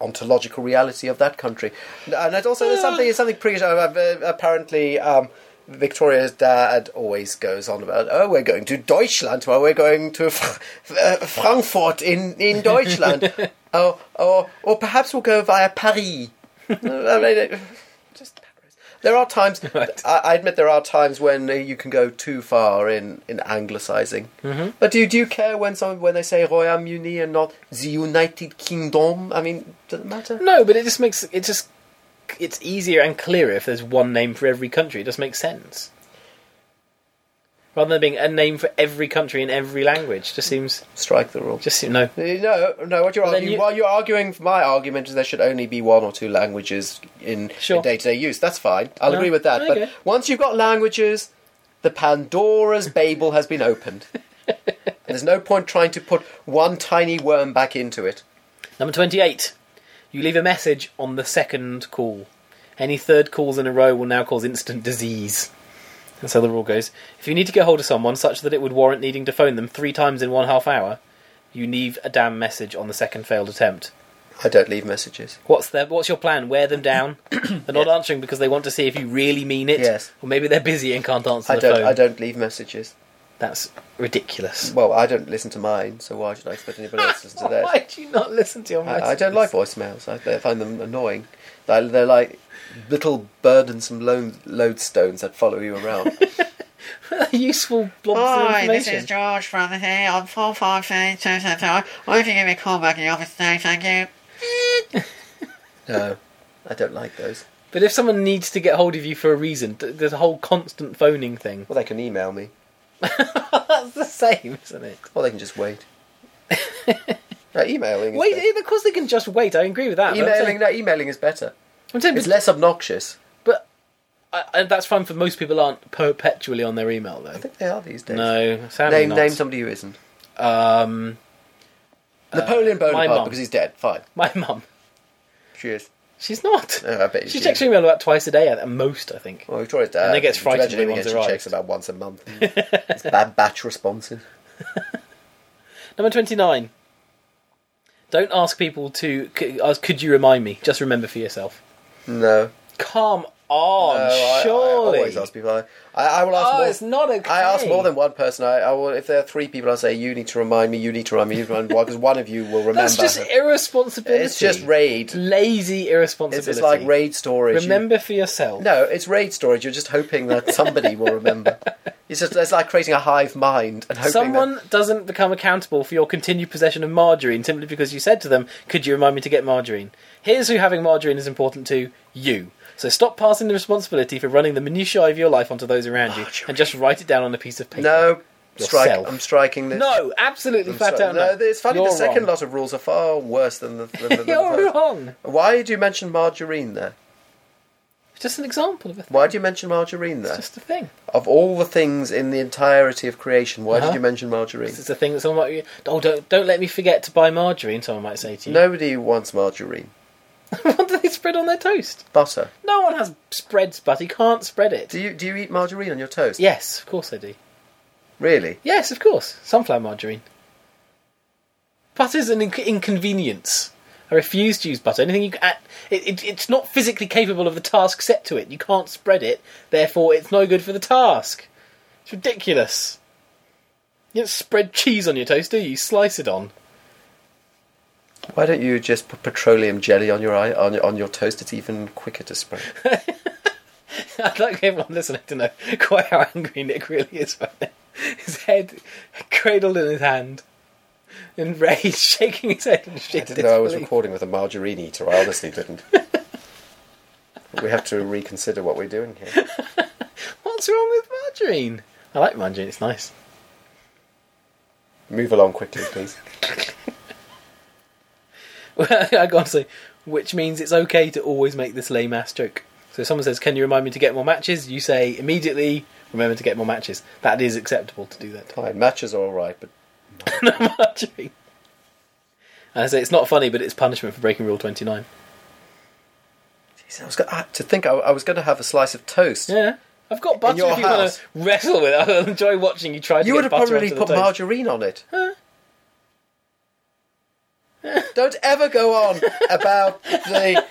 Speaker 2: ontological reality of that country. And it also there's something there's something pretty. Uh, uh, apparently, um, Victoria's dad always goes on about, "Oh, we're going to Deutschland. Well, we're going to Fr- uh, Frankfurt in in Deutschland. oh, or or perhaps we'll go via Paris." No, I mean, just Paris. There are times.
Speaker 1: Right.
Speaker 2: I, I admit there are times when uh, you can go too far in in anglicising.
Speaker 1: Mm-hmm.
Speaker 2: But do you, do you care when some when they say Royaume Uni and not the United Kingdom? I mean, does it matter?
Speaker 1: No, but it just makes it just it's easier and clearer if there's one name for every country. It just makes sense. Rather than being a name for every country in every language, just seems
Speaker 2: Strike the rule. Uh,
Speaker 1: just seem- no.
Speaker 2: No, no. What you're
Speaker 1: Well, then
Speaker 2: arguing,
Speaker 1: you-
Speaker 2: well, you're arguing for my argument is there should only be one or two languages in
Speaker 1: Sure.
Speaker 2: in day-to-day use. That's fine. I'll
Speaker 1: No.
Speaker 2: agree with that.
Speaker 1: Okay.
Speaker 2: But once you've got languages, the
Speaker 1: (laughs)
Speaker 2: Pandora's Babel has been opened. And there's no point trying to put one tiny worm back into it.
Speaker 1: Number twenty-eight. You leave a message on the second call. Any third calls in a row will now cause instant disease. That's how the rule goes. If you need to get hold of someone such that it would warrant needing to phone them three times in one half hour, you leave a damn message on the second failed attempt.
Speaker 2: I don't leave messages.
Speaker 1: What's their What's your plan? Wear them
Speaker 2: (coughs)
Speaker 1: down. they're not answering because they want to see if you really mean it.
Speaker 2: Yes.
Speaker 1: Or maybe they're busy and can't answer
Speaker 2: I
Speaker 1: the
Speaker 2: don't.
Speaker 1: phone.
Speaker 2: I don't leave messages.
Speaker 1: That's ridiculous.
Speaker 2: Well, I don't listen to mine, so (laughs) why should I expect anybody else to listen to theirs?
Speaker 1: (laughs) Why do you not listen to your message?
Speaker 2: I, I don't
Speaker 1: (laughs)
Speaker 2: like voicemails. I, I find them annoying. They're, they're like little burdensome lo- lodestones that follow you
Speaker 1: (laughs)
Speaker 2: around.
Speaker 1: useful blobs of
Speaker 4: Hi, this
Speaker 1: information.
Speaker 4: is George from here on 453275. Why don't you give me a call back in the office today? Thank you.
Speaker 2: no, I don't like those.
Speaker 1: (laughs) But if someone needs to get hold of you for a reason, th- there's a whole constant phoning thing. (laughs)
Speaker 2: Well, they can email me,
Speaker 1: That's the same, isn't it?
Speaker 2: or they can just
Speaker 1: (laughs)
Speaker 2: wait. no, emailing. Is
Speaker 1: Wait,
Speaker 2: better.
Speaker 1: eh, of course they can just wait. I agree with that. but I'm
Speaker 2: Emailing.
Speaker 1: saying-
Speaker 2: No, emailing is better.
Speaker 1: I'm saying,
Speaker 2: It's
Speaker 1: but,
Speaker 2: less obnoxious.
Speaker 1: but I, I, that's fine for most people aren't perpetually on their email though.
Speaker 2: I think they are these days.
Speaker 1: No, sadly
Speaker 2: Name
Speaker 1: not.
Speaker 2: name somebody who isn't.
Speaker 1: Um, (laughs)
Speaker 2: Napoleon
Speaker 1: my
Speaker 2: Bonaparte
Speaker 1: Uh, mum.
Speaker 2: because he's dead. Fine.
Speaker 1: my mum.
Speaker 2: Cheers.
Speaker 1: She's not.
Speaker 2: Oh, I bet you
Speaker 1: she
Speaker 2: she
Speaker 1: checks
Speaker 2: is.
Speaker 1: her email about twice a day at at most, I think.
Speaker 2: Well, Victoria's dad.
Speaker 1: And they gets frightened
Speaker 2: imagine
Speaker 1: when
Speaker 2: him
Speaker 1: one's
Speaker 2: again,
Speaker 1: arrived.
Speaker 2: She checks about once a
Speaker 1: (laughs)
Speaker 2: month. it's bad batch responses.
Speaker 1: Number 29. Don't ask people to. c- ask, Could you remind me? Just remember for yourself.
Speaker 2: No.
Speaker 1: Come on,
Speaker 2: No, I- I,
Speaker 1: Oh, surely.
Speaker 2: I always ask people. I, I will ask
Speaker 1: Oh,
Speaker 2: more.
Speaker 1: it's not okay.
Speaker 2: I ask more than one person. I, I will, if there are three people, I say you need to remind me. You need to remind me. You need to remind me because one of you will remember.
Speaker 1: That's just irresponsibility.
Speaker 2: it's just raid.
Speaker 1: Lazy irresponsibility.
Speaker 2: It's, it's like raid storage. You-
Speaker 1: Remember for yourself.
Speaker 2: no, it's raid storage. You're just hoping that somebody will
Speaker 1: (laughs)
Speaker 2: remember. It's just it's like creating a hive mind and hoping
Speaker 1: Someone
Speaker 2: That,
Speaker 1: doesn't become accountable for your continued possession of margarine simply because you said to them, Could you remind me to get margarine? Here's who having margarine is important to you. So stop passing the responsibility for running the minutiae of your life onto those around you and just write it down on a piece of paper.
Speaker 2: no, strike.
Speaker 1: Yourself.
Speaker 2: I'm striking this.
Speaker 1: No, absolutely
Speaker 2: I'm
Speaker 1: flat
Speaker 2: stri-
Speaker 1: out.
Speaker 2: no, it's funny.
Speaker 1: You're
Speaker 2: the second
Speaker 1: (laughs) wrong.
Speaker 2: lot of rules are far worse than the. Than the than the
Speaker 1: (laughs) You're
Speaker 2: first.
Speaker 1: wrong.
Speaker 2: Why do you mention margarine there?
Speaker 1: Just an example of a
Speaker 2: Why do you mention margarine there?
Speaker 1: just a thing.
Speaker 2: Of all the things in the entirety of creation, why
Speaker 1: Uh-huh.
Speaker 2: did you mention margarine?
Speaker 1: It's a thing that someone might. Oh, don't don't let me forget to buy margarine. Someone might say to you.
Speaker 2: Nobody wants margarine.
Speaker 1: (laughs) what do they spread on their toast?
Speaker 2: Butter.
Speaker 1: No one has spreads, but he can't spread it.
Speaker 2: Do you do you eat margarine on your toast?
Speaker 1: Yes, of course I do.
Speaker 2: Really?
Speaker 1: Yes, of course. Sunflower margarine. Butter's an inc- inconvenience. I refuse to use butter. Anything you can, it, it, it's not physically capable of the task set to it. You can't spread it, therefore it's no good for the task. It's ridiculous. You don't spread cheese on your toast, do you? You slice it on. (laughs)
Speaker 2: Why don't you just put petroleum jelly on your eye on your, on your toast? It's even quicker to
Speaker 1: (laughs)
Speaker 2: spread.
Speaker 1: I'd like everyone listening to know quite how angry Nick really is right now. His head cradled in his hand, in rage, (laughs) shaking his head and shit.
Speaker 2: I didn't know I was
Speaker 1: disbelief.
Speaker 2: recording with a margarine eater. I honestly didn't. we have to reconsider what we're doing
Speaker 1: (laughs)
Speaker 2: here.
Speaker 1: What's wrong with margarine? I like margarine, it's nice. (laughs)
Speaker 2: Move along quickly, please.
Speaker 1: I gotta say, which means it's okay to always make this lame ass joke. So if someone says, Can you remind me to get more matches? You say immediately, Remember to get more matches. That is acceptable to do that.
Speaker 2: Fine, matches are all right, but
Speaker 1: No (laughs) margarine. And I say, It's not funny, but it's punishment for breaking Rule 29.
Speaker 2: Jeez, I was going to think I, I was going to have a slice of toast.
Speaker 1: Yeah. I've got butter
Speaker 2: your
Speaker 1: if you want
Speaker 2: house.
Speaker 1: to wrestle with it. (laughs) I'll enjoy watching you try to
Speaker 2: You
Speaker 1: get
Speaker 2: would have
Speaker 1: butter
Speaker 2: probably
Speaker 1: onto the
Speaker 2: put
Speaker 1: toast.
Speaker 2: margarine on it. (laughs) Don't ever go on about the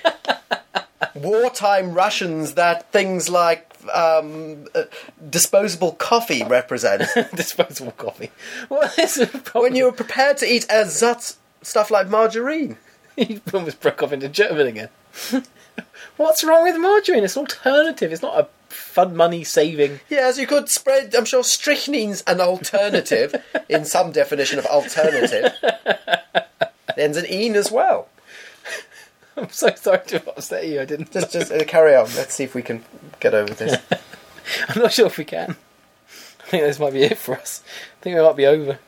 Speaker 2: wartime rations that things like um, uh, disposable coffee
Speaker 1: (laughs)
Speaker 2: represent.
Speaker 1: (laughs) Disposable coffee. (laughs) Well, this is probably...
Speaker 2: when you were prepared to eat as Zutz stuff like margarine.
Speaker 1: (laughs) He almost broke off into German again. (laughs) What's wrong with margarine? It's an alternative. It's not a fun money saving. (laughs)
Speaker 2: Yes, you could spread. I'm sure strychnine's an alternative in some definition of alternative. There's an "ine" as well.
Speaker 1: I'm so sorry to have upset you. I didn't.
Speaker 2: Just, just uh, carry on. Let's see if we can get over this.
Speaker 1: (laughs) I'm not sure if we can. I think this might be it for us. I think we might be over.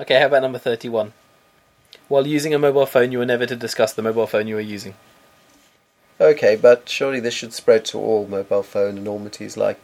Speaker 1: Okay, how about number 31? While using a mobile phone, you are never to discuss the mobile phone you are using.
Speaker 2: Okay, but surely this should spread to all mobile phone enormities. Like,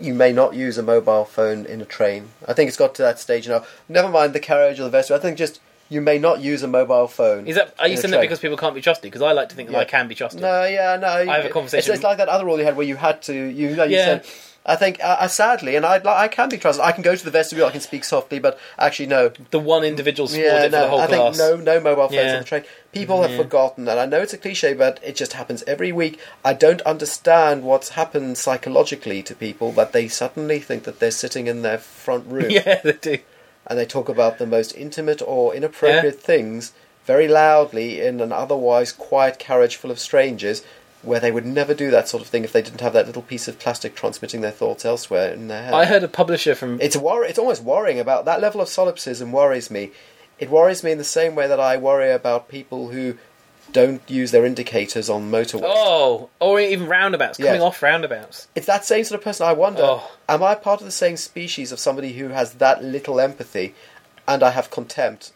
Speaker 2: you may not use a mobile phone in a train. I think it's got to that stage now. Never mind the carriage or the vestry. I think just you may not use a mobile phone.
Speaker 1: Is that are you
Speaker 2: in a
Speaker 1: saying that
Speaker 2: train.
Speaker 1: because people can't be trusted? Because I like to think that
Speaker 2: Yeah.
Speaker 1: I can be trusted.
Speaker 2: No, yeah, no.
Speaker 1: I have a
Speaker 2: It's,
Speaker 1: conversation-
Speaker 2: it's like that other rule you had where you had to. You, know, you
Speaker 1: Yeah.
Speaker 2: said. I think, uh, uh, sadly, and I, I can be trusted. I can go to the vestibule. I can speak softly, but actually, no,
Speaker 1: The one individual spoiled
Speaker 2: yeah,
Speaker 1: it for the
Speaker 2: no,
Speaker 1: whole
Speaker 2: I
Speaker 1: class.
Speaker 2: think
Speaker 1: (laughs)
Speaker 2: no, no mobile phones
Speaker 1: Yeah.
Speaker 2: on the train. People have forgotten, and I know it's a cliche, but it just happens every week. I don't understand what's happened psychologically to people that they suddenly think that they're sitting in their front room
Speaker 1: (laughs) Yeah, they do.
Speaker 2: and they talk about the most intimate or inappropriate things very loudly in an otherwise quiet carriage full of strangers. Where they would never do that sort of thing if they didn't have that little piece of plastic transmitting their thoughts elsewhere in their head.
Speaker 1: I heard a publisher from
Speaker 2: It's wor- It's almost worrying about that level of solipsism. Worries me. It worries me in the same way that I worry about people who don't use their indicators on motorways.
Speaker 1: Oh, or even roundabouts, coming
Speaker 2: Yes.
Speaker 1: off roundabouts.
Speaker 2: It's that same sort of person. I wonder,
Speaker 1: Oh.
Speaker 2: am I part of the same species of somebody who has that little empathy, and I have contempt?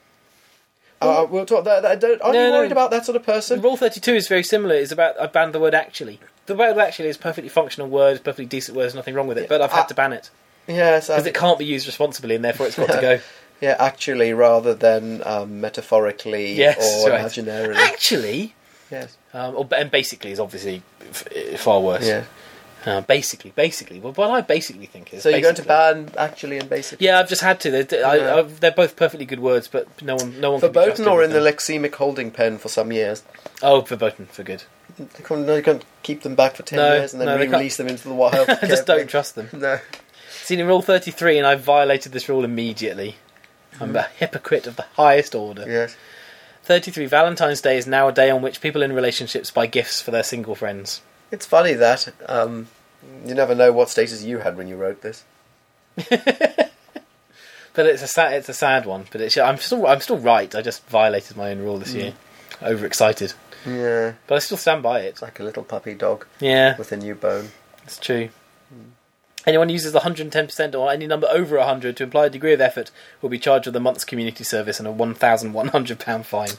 Speaker 2: Uh, we'll talk. That, that, don't, are
Speaker 1: Oh. No,
Speaker 2: you
Speaker 1: no.
Speaker 2: worried about that sort of person?
Speaker 1: Rule 32 is very similar. It's about, I banned the word actually. The word actually is a perfectly functional word,
Speaker 2: Ah,
Speaker 1: perfectly decent word, there's nothing wrong with it, but I've had
Speaker 2: I-
Speaker 1: to ban it.
Speaker 2: Yes. I, (laughs)
Speaker 1: Because it can't be used responsibly and therefore it's got to go.
Speaker 2: Yeah, actually, rather than um, metaphorically
Speaker 1: Yes,
Speaker 2: or
Speaker 1: right.
Speaker 2: imaginarily.
Speaker 1: Actually, (laughs)
Speaker 2: yes.
Speaker 1: um, or, and basically is obviously f- eh, far worse.
Speaker 2: Yeah.
Speaker 1: Uh, basically, basically. Well, what I basically think is.
Speaker 2: So you're going to
Speaker 1: basically-
Speaker 2: ban actually and basically.
Speaker 1: Yeah, I've just had to. They're, I,
Speaker 2: Yeah.
Speaker 1: I've, they're both perfectly good words, but no one, no one. could be
Speaker 2: Verboten
Speaker 1: trusted
Speaker 2: or
Speaker 1: with
Speaker 2: in the
Speaker 1: them.
Speaker 2: lexemic holding pen for some years.
Speaker 1: oh, verboten for good. (laughs)
Speaker 2: They can't, no, you can't keep them back for 10
Speaker 1: No,
Speaker 2: years and then
Speaker 1: no, they can't.
Speaker 2: re-release them into the wild.
Speaker 1: I (laughs) just
Speaker 2: carefully.
Speaker 1: don't trust them.
Speaker 2: No.
Speaker 1: Seen in rule thirty-three, and I violated this rule immediately. I'm a hypocrite of the highest order.
Speaker 2: Yes.
Speaker 1: 33. Valentine's Day is now a day on which people in relationships buy gifts for their single friends.
Speaker 2: It's funny that um, you never know what status you had when you wrote this.
Speaker 1: But it's a sad, it's a sad one. But it's, I'm still I'm still right. I just violated my own rule this year. Overexcited,
Speaker 2: Yeah.
Speaker 1: but I still stand by it.
Speaker 2: It's like a little puppy dog
Speaker 1: Yeah,
Speaker 2: with a new bone.
Speaker 1: it's true. Anyone who uses 110% or any number over 100 to imply a degree of effort will be charged with a month's community service and a £1,100 fine. (laughs)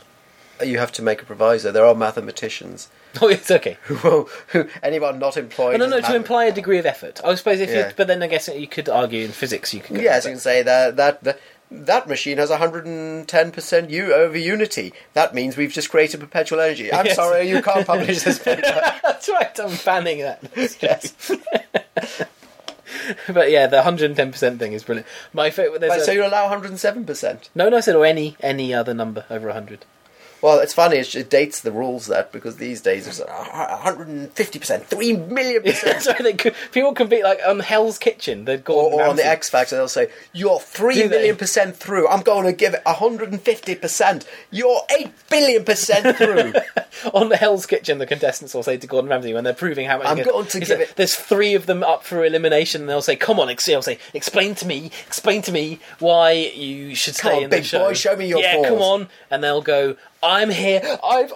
Speaker 2: You have to make a proviso. There are mathematicians
Speaker 1: Oh, it's okay.
Speaker 2: who, will, who anyone not employed.
Speaker 1: No, no, no,
Speaker 2: doesn't
Speaker 1: to
Speaker 2: have-
Speaker 1: imply a degree of effort. I suppose if
Speaker 2: Yeah.
Speaker 1: you, but then I guess you could argue in physics you could go.
Speaker 2: Yes, you can say that that that, that machine has 110% u over unity. That means we've just created perpetual energy. I'm
Speaker 1: (laughs) Yes.
Speaker 2: sorry, you can't publish
Speaker 1: (laughs)
Speaker 2: this paper.
Speaker 1: (laughs) That's right, I'm banning that. (laughs) but yeah, the 110% thing is brilliant. My favorite.
Speaker 2: Right,
Speaker 1: There's
Speaker 2: so
Speaker 1: a,
Speaker 2: you allow 107%.
Speaker 1: no, no, I said or any any other number over 100.
Speaker 2: Well, it's funny, it, it dates the rules that because these days it's like, "Ah, 150%, 3 million percent.
Speaker 1: (laughs) so they could, people can be like on Hell's Kitchen. They'd
Speaker 2: (laughs)
Speaker 1: go
Speaker 2: Or, or on the
Speaker 1: Ramsay.
Speaker 2: X Factor, they'll say, You're 3
Speaker 1: Do they?
Speaker 2: million percent through. I'm going to give it 150%. You're 8 billion percent
Speaker 3: (laughs)
Speaker 2: through.
Speaker 1: (laughs) on the Hell's Kitchen, the contestants will say to Gordon Ramsay when they're proving how much.
Speaker 2: I'm
Speaker 1: they're-
Speaker 2: going to
Speaker 1: is
Speaker 2: give
Speaker 1: that
Speaker 2: it-
Speaker 1: There's three of them up for elimination, and they'll say, "Come on, ex-" they'll say, explain to me, explain to me why you should stay
Speaker 2: Come on,
Speaker 1: in the
Speaker 2: big
Speaker 1: show."
Speaker 2: boy, show me your
Speaker 1: yeah,
Speaker 2: balls.
Speaker 1: come on, and they'll go. I'm here. I've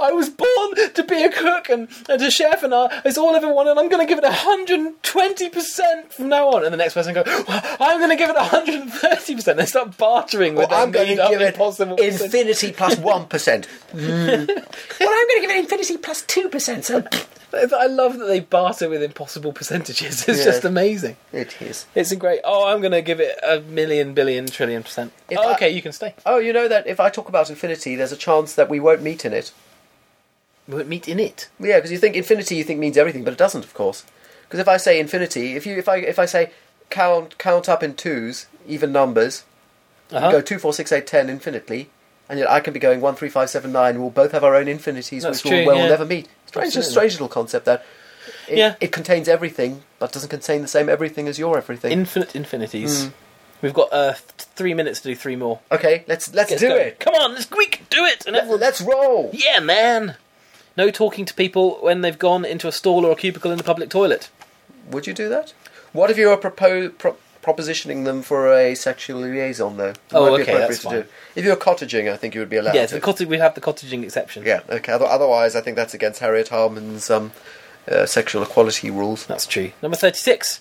Speaker 1: I was born to be a cook and, and a chef, and I, it's all I've ever wanted. and I'm going to give it 120 percent from now on. And the next person go, I'm going to give it 130 percent. They start bartering with
Speaker 2: Or I'm going to give it
Speaker 1: impossible
Speaker 3: (laughs)
Speaker 2: infinity plus 1%.
Speaker 3: Well, I'm going to give it infinity plus 2%, so
Speaker 1: I love that they barter with impossible percentages. (laughs) It's
Speaker 2: Yeah.
Speaker 1: just amazing.
Speaker 2: (laughs) it is.
Speaker 1: It's a great. Oh, I'm going to give it a million, billion, trillion percent.
Speaker 2: If
Speaker 1: Oh,
Speaker 2: I-
Speaker 1: okay, you can stay.
Speaker 2: Oh, you know that if I talk about infinity, there's a chance that we won't meet in it.
Speaker 1: We won't meet in it.
Speaker 2: Yeah, because you think infinity, you think means everything, but it doesn't, of course. Because if I say infinity, if you if I if I say count count up in twos, even numbers,
Speaker 1: Uh-huh.
Speaker 2: go two, four, six, eight, ten infinitely, and yet I can be going one, three, five, seven, nine. and We'll both have our own infinities,
Speaker 1: That's
Speaker 2: which we'll,
Speaker 1: true,
Speaker 2: well,
Speaker 1: yeah.
Speaker 2: we'll never meet. Strange, it's a
Speaker 1: Absolutely.
Speaker 2: strange little concept that. It,
Speaker 1: Yeah.
Speaker 2: it contains everything, but doesn't contain the same everything as your everything.
Speaker 1: Infinite
Speaker 2: Hmm.
Speaker 1: infinities. We've got uh, th- three minutes to do three more.
Speaker 2: okay, let's let's
Speaker 1: Let's
Speaker 2: do
Speaker 1: go.
Speaker 2: it.
Speaker 1: Come on, let's we can do it. And everyone,
Speaker 2: Let's roll.
Speaker 1: yeah, man. No talking to people when they've gone into a stall or a cubicle in the public toilet.
Speaker 2: Would you do that? What if you were propo- pro- propositioning them for a sexual liaison, though? It
Speaker 1: Oh,
Speaker 2: might be
Speaker 1: okay,
Speaker 2: appropriate
Speaker 1: that's
Speaker 2: to
Speaker 1: fine.
Speaker 2: do. If you're cottaging, I think you would be allowed
Speaker 1: Yes,
Speaker 2: to.
Speaker 1: the cottage. We have the cottaging exception.
Speaker 2: Ah, yeah, okay. oth- Otherwise, I think that's against Harriet Harman's um, uh, sexual equality rules.
Speaker 1: that's true. Number 36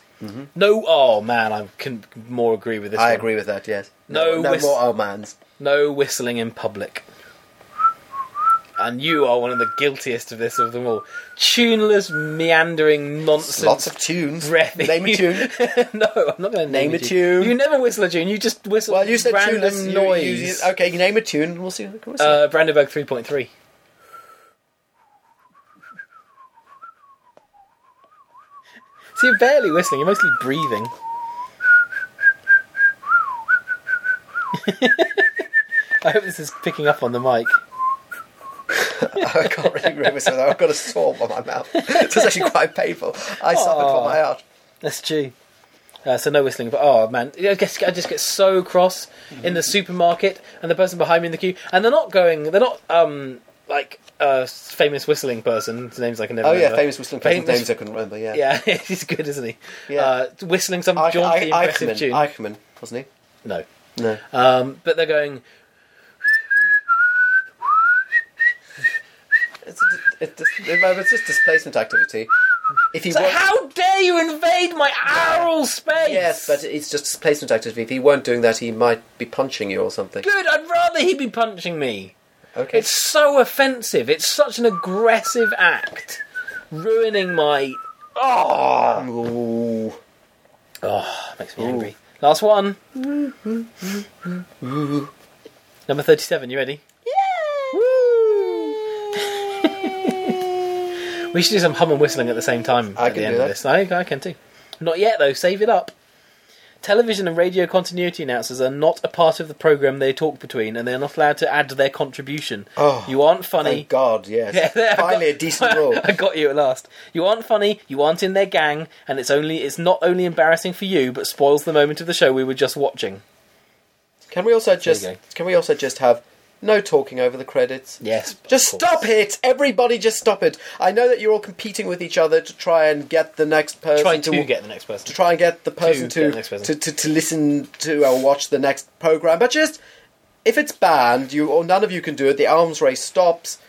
Speaker 1: No. Oh man, I can more agree with this.
Speaker 2: Mm-hmm. I
Speaker 1: one.
Speaker 2: agree with that, yes.
Speaker 1: No
Speaker 2: no
Speaker 1: whist-
Speaker 2: more old man's.
Speaker 1: No whistling in public. And you are one of the guiltiest of this of them all. Tuneless, meandering nonsense.
Speaker 2: Lots of tunes.
Speaker 1: breathy.
Speaker 2: (laughs) Name a tune.
Speaker 1: (laughs) no, I'm not going to name,
Speaker 2: Name a tune.
Speaker 1: You never whistle a tune. You just whistle.
Speaker 2: Well, you said
Speaker 1: random
Speaker 2: tuneless. you- you-
Speaker 1: noise.
Speaker 2: you- okay, you name a tune and we'll see. We'll see.
Speaker 1: uh, Brandenburg 3.3. So you're barely whistling. You're mostly breathing. (laughs) I hope this is picking up on the mic.
Speaker 2: (laughs) I can't really agree with that. I've got a sore on my mouth. (laughs) It's actually quite painful. I suffered for my art.
Speaker 1: That's true. Uh, so no whistling, but oh man, I guess I just get so cross in the supermarket, and the person behind me in the queue, and they're not going, they're not um like a famous whistling person. His name's I can never.
Speaker 2: Oh, yeah,
Speaker 1: remember.
Speaker 2: famous whistling person's
Speaker 1: Famous-
Speaker 2: names I couldn't remember, yeah.
Speaker 1: (laughs) Yeah, he's good, isn't he?
Speaker 2: Yeah.
Speaker 1: Uh, whistling some
Speaker 2: I-
Speaker 1: jaunty,
Speaker 2: I-
Speaker 1: impressive
Speaker 2: Eichmann,
Speaker 1: tune.
Speaker 2: Eichmann, wasn't
Speaker 1: no,
Speaker 2: he? Uh, No.
Speaker 1: um, but they're going.
Speaker 2: It's, it, it, it's just displacement activity. If he
Speaker 1: So
Speaker 2: weren't,
Speaker 1: how dare you invade my aural space?
Speaker 2: yes, but it's just displacement activity. If he weren't doing that, he might be punching you or something.
Speaker 1: good. I'd rather he be punching me.
Speaker 2: Okay.
Speaker 1: It's so offensive. It's such an aggressive act, ruining my.
Speaker 2: Ooh.
Speaker 1: Oh, makes me angry. Last one. Number 37, you ready? Yeah! (laughs) we should do some hum and whistling at the same time
Speaker 2: I
Speaker 1: at
Speaker 2: can
Speaker 1: the end
Speaker 2: do that.
Speaker 1: of this. I, I can too. Not yet, though. Save it up. Television and radio continuity announcers are not a part of the programme they talk between, and they're not allowed to add their contribution.
Speaker 2: Oh,
Speaker 1: you aren't funny.
Speaker 2: Thank God, yes.
Speaker 1: (laughs) Yeah, I
Speaker 2: Finally,
Speaker 1: got-
Speaker 2: a decent role.
Speaker 1: (laughs) I got you at last. You aren't funny. You aren't in their gang, and it's only it's not only embarrassing for you, but spoils the moment of the show we were just watching.
Speaker 2: Can we also just
Speaker 1: go.
Speaker 2: can we also just have no talking over the credits?
Speaker 1: Yes,
Speaker 2: Just
Speaker 1: of course.
Speaker 2: stop it! Everybody just stop it. I know that you're all competing with each other to try and get the next person
Speaker 1: Try to,
Speaker 2: to
Speaker 1: get the next person.
Speaker 2: to try and get the person
Speaker 1: To get
Speaker 2: to
Speaker 1: the next person.
Speaker 2: to, to, to listen to or watch the next program. But just if it's banned, you or none of you can do it. The arms race stops.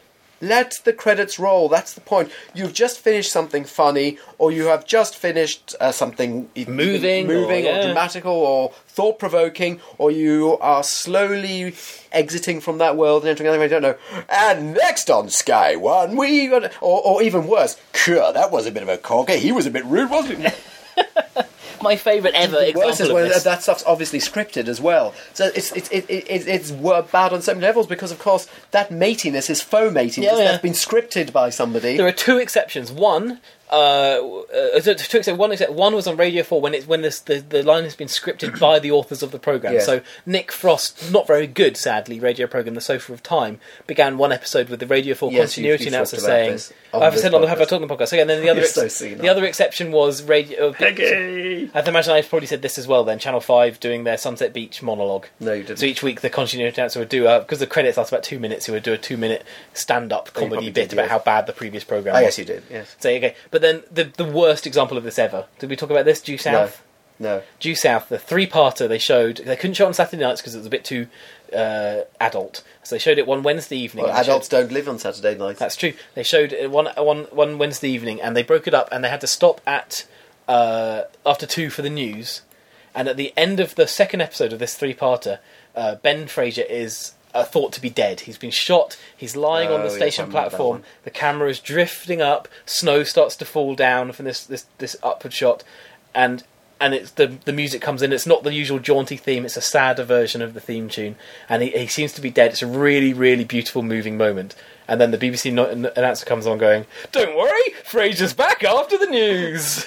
Speaker 2: Let the credits roll. That's the point. You've just finished something funny, or you have just finished uh, something e-
Speaker 1: Moving or-
Speaker 2: moving, or,
Speaker 1: yeah.
Speaker 2: dramatical, or thought-provoking, or you are slowly exiting from that world and entering another. I don't know. And next on Sky One, we or, or even worse. Sure, that was a bit of a corker. He was a bit rude, wasn't
Speaker 1: (laughs)
Speaker 2: he?
Speaker 1: My favourite ever
Speaker 2: worse is
Speaker 1: example
Speaker 2: when
Speaker 1: of this.
Speaker 2: that stuff's obviously scripted as well. So it's it's it, it, it, it's wor- bad on so many levels because of course that matiness is faux matiness
Speaker 1: Yeah, yeah.
Speaker 2: that's been scripted by somebody.
Speaker 1: There are two exceptions. One, uh, uh, two exceptions. One except one was on Radio Four when it's when this, the the line has
Speaker 2: (clears throat)
Speaker 1: been scripted by the authors of the program.
Speaker 2: Yeah.
Speaker 1: So Nick Frost, not very good, sadly, radio program The Sofa of Time began one episode with the Radio Four
Speaker 2: Yes, you-
Speaker 1: continuity
Speaker 2: you
Speaker 1: announcer
Speaker 2: talked about
Speaker 1: saying,
Speaker 2: this on
Speaker 1: "I've
Speaker 2: this
Speaker 1: said I'll have I
Speaker 2: podcast.
Speaker 1: talked on the podcast." So, yeah, and then the other
Speaker 2: You're so senile.
Speaker 1: the other exception was radio. (laughs) I can imagine I probably said this as well. Then Channel Five doing their Sunset Beach monologue.
Speaker 2: No, you didn't.
Speaker 1: So each week the continuity announcer would do because the credits last about two minutes. He would do a two-minute stand-up comedy
Speaker 2: probably
Speaker 1: bit
Speaker 2: did,
Speaker 1: about
Speaker 2: yes.
Speaker 1: how bad the previous program.
Speaker 2: I
Speaker 1: was.
Speaker 2: guess you did. Yes.
Speaker 1: So okay, but then the the worst example of this ever. Did we talk about this? Due South.
Speaker 2: No.
Speaker 1: Due South, the three-parter they showed. They couldn't show it on Saturday nights because it was a bit too uh, adult. So they showed it one Wednesday evening.
Speaker 2: Well,
Speaker 1: and they showed-
Speaker 2: adults don't live on Saturday nights.
Speaker 1: that's true. They showed it one one one Wednesday evening, and they broke it up, and they had to stop at uh, after two for the news. And at the end of the second episode of this three-parter, uh, Ben Fraser is uh, thought to be dead. He's been shot. He's lying on
Speaker 2: Oh,
Speaker 1: the
Speaker 2: yes, I
Speaker 1: station
Speaker 2: remember that
Speaker 1: platform.
Speaker 2: one.
Speaker 1: The camera is drifting up. Snow starts to fall down from this this, this upward shot, and and it's the the music comes in. It's not the usual jaunty theme. It's a sadder version of the theme tune, and he, he seems to be dead. It's a really really beautiful moving moment. And then the BBC no- an- announcer comes on going, "Don't worry, Fraser's back after
Speaker 2: (laughs)
Speaker 1: the news."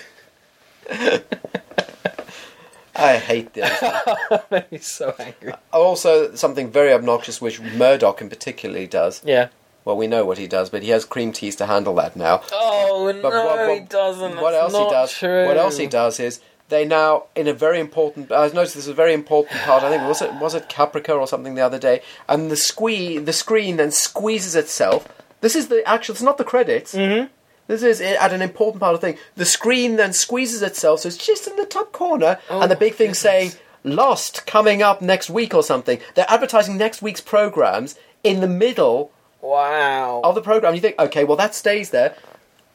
Speaker 2: I hate
Speaker 1: (laughs)
Speaker 2: this. Oh,
Speaker 1: He's so angry.
Speaker 2: also, something very obnoxious which Murdoch in particularly does.
Speaker 1: Yeah.
Speaker 2: Well, we know what he does, but he has cream teas to handle that now.
Speaker 1: Oh no,
Speaker 2: But what, what-
Speaker 1: he doesn't.
Speaker 2: What
Speaker 1: That's
Speaker 2: else
Speaker 1: not
Speaker 2: he does?
Speaker 1: True.
Speaker 2: What else he does is they now in a very important. I noticed this was a very important part. I think was it was it Caprica or something the other day, and the squee the screen then squeezes itself. This is the actual. It's not the credits. Mm-hmm. This is i- at an important part of the thing. The screen then squeezes itself, so it's just in the top corner,
Speaker 1: Oh
Speaker 2: and the big thing saying "Lost" coming up next week or something. They're advertising next week's programs in the middle
Speaker 1: Wow.
Speaker 2: of the program. You think, okay, well that stays there,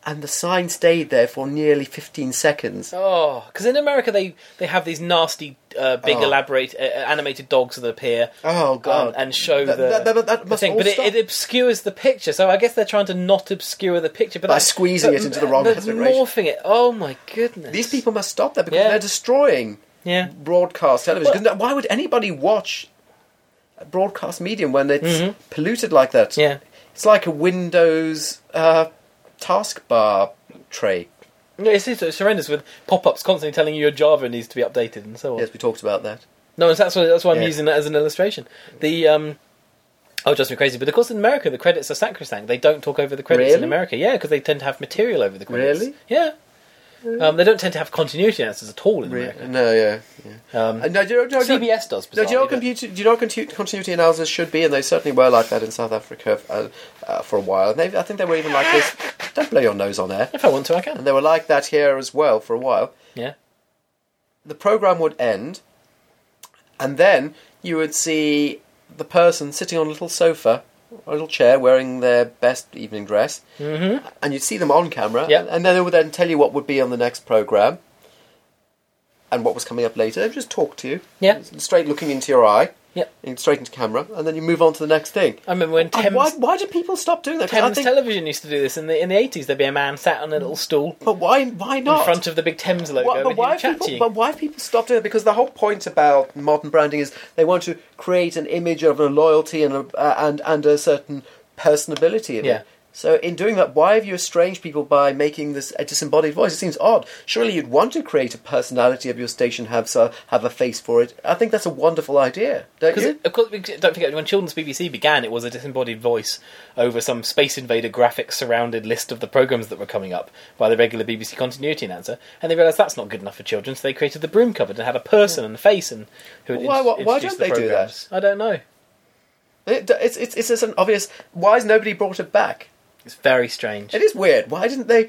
Speaker 2: and the sign stayed there for nearly 15 seconds.
Speaker 1: Oh, because in America they they have these nasty, uh, big,
Speaker 2: Oh.
Speaker 1: elaborate uh, animated dogs that appear.
Speaker 2: Oh, God.
Speaker 1: um, and show
Speaker 2: That-
Speaker 1: the,
Speaker 2: that- that- that
Speaker 1: the
Speaker 2: must
Speaker 1: thing,
Speaker 2: all
Speaker 1: but it,
Speaker 2: stop.
Speaker 1: it obscures the picture. So I guess they're trying to not obscure the picture, but
Speaker 2: By
Speaker 1: that's-
Speaker 2: squeezing
Speaker 1: but-
Speaker 2: it into the wrong
Speaker 1: but
Speaker 2: hazard ratio.
Speaker 1: morphing it. Oh my goodness!
Speaker 2: These people must stop that because
Speaker 1: Yeah.
Speaker 2: they're destroying
Speaker 1: yeah.
Speaker 2: broadcast television.
Speaker 1: Well-
Speaker 2: 'Cause why would anybody watch a broadcast medium when it's polluted like that?
Speaker 1: Mm-hmm. Yeah.
Speaker 2: It's like a Windows uh, taskbar tray.
Speaker 1: No, It's, it's, it's horrendous with pop-ups constantly telling you your Java needs to be updated and so on.
Speaker 2: Yes, we talked about that.
Speaker 1: No, that's why that's why I'm
Speaker 2: Yeah.
Speaker 1: using that as an illustration. The um, oh, it drives me crazy. But of course, in America, the credits are sacrosanct. They don't talk over the credits in
Speaker 2: Really?
Speaker 1: America. Yeah, because they tend to have material over the credits.
Speaker 2: Really?
Speaker 1: Yeah. Um, they don't tend to have continuity answers at all in America.
Speaker 2: No, yeah. yeah.
Speaker 1: Um,
Speaker 2: Uh, no, do you know, do you know-
Speaker 1: CBS does.
Speaker 2: No, do you know what
Speaker 1: bizarrely, but-
Speaker 2: computer, do you know what contu- continuity analysis should be? And they certainly were like that in South Africa uh, uh, for a while. And they, I think they were even like this. Don't blow your nose on air.
Speaker 1: If I want to, I can.
Speaker 2: And they were like that here as well for a while.
Speaker 1: Yeah.
Speaker 2: The program would end, and then you would see the person sitting on a little sofa, a little chair, wearing their best evening dress, mm-hmm. and you'd see them on camera.
Speaker 1: Yep.
Speaker 2: And then they would then tell you what would be on the next program. and what was coming up later. They would just talk to you.
Speaker 1: Yeah.
Speaker 2: Straight looking into your eye.
Speaker 1: Yep.
Speaker 2: and Straight into camera, and then you move on to the next thing.
Speaker 1: I remember when
Speaker 2: And
Speaker 1: Uh, Thames,
Speaker 2: why, why do people stop doing that? 'Cause I
Speaker 1: Thames
Speaker 2: think-
Speaker 1: Television used to do this in the in the eighties. There'd be a man sat on a little stool
Speaker 2: but why? Why not?
Speaker 1: in front of the big Thames logo,
Speaker 2: Why- but,
Speaker 1: and he'd
Speaker 2: why
Speaker 1: chat
Speaker 2: people,
Speaker 1: to you.
Speaker 2: but why have people stopped doing it? Because the whole point about modern branding is they want to create an image of a loyalty and a, uh, and and a certain personability in
Speaker 1: Yeah.
Speaker 2: it. So in doing that, why have you estranged people by making this a disembodied voice? It seems odd. Surely you'd want to create a personality of your station, have so, have a face for it. I think that's a wonderful idea, don't
Speaker 1: Because
Speaker 2: you?
Speaker 1: of course, don't forget when Children's BBC began, it was a disembodied voice over some Space Invader graphic surrounded list of the programs that were coming up by the regular BBC continuity announcer, and they realised that's not good enough for children, so they created the broom cupboard and had a person and a face and who had
Speaker 2: Why-
Speaker 1: int-
Speaker 2: why- why
Speaker 1: introduced
Speaker 2: don't
Speaker 1: the
Speaker 2: they do that?
Speaker 1: programmes. I don't know.
Speaker 2: It, it's it's it's just an obvious. Why has nobody brought it back?
Speaker 1: It's very strange.
Speaker 2: It is weird. Why didn't they?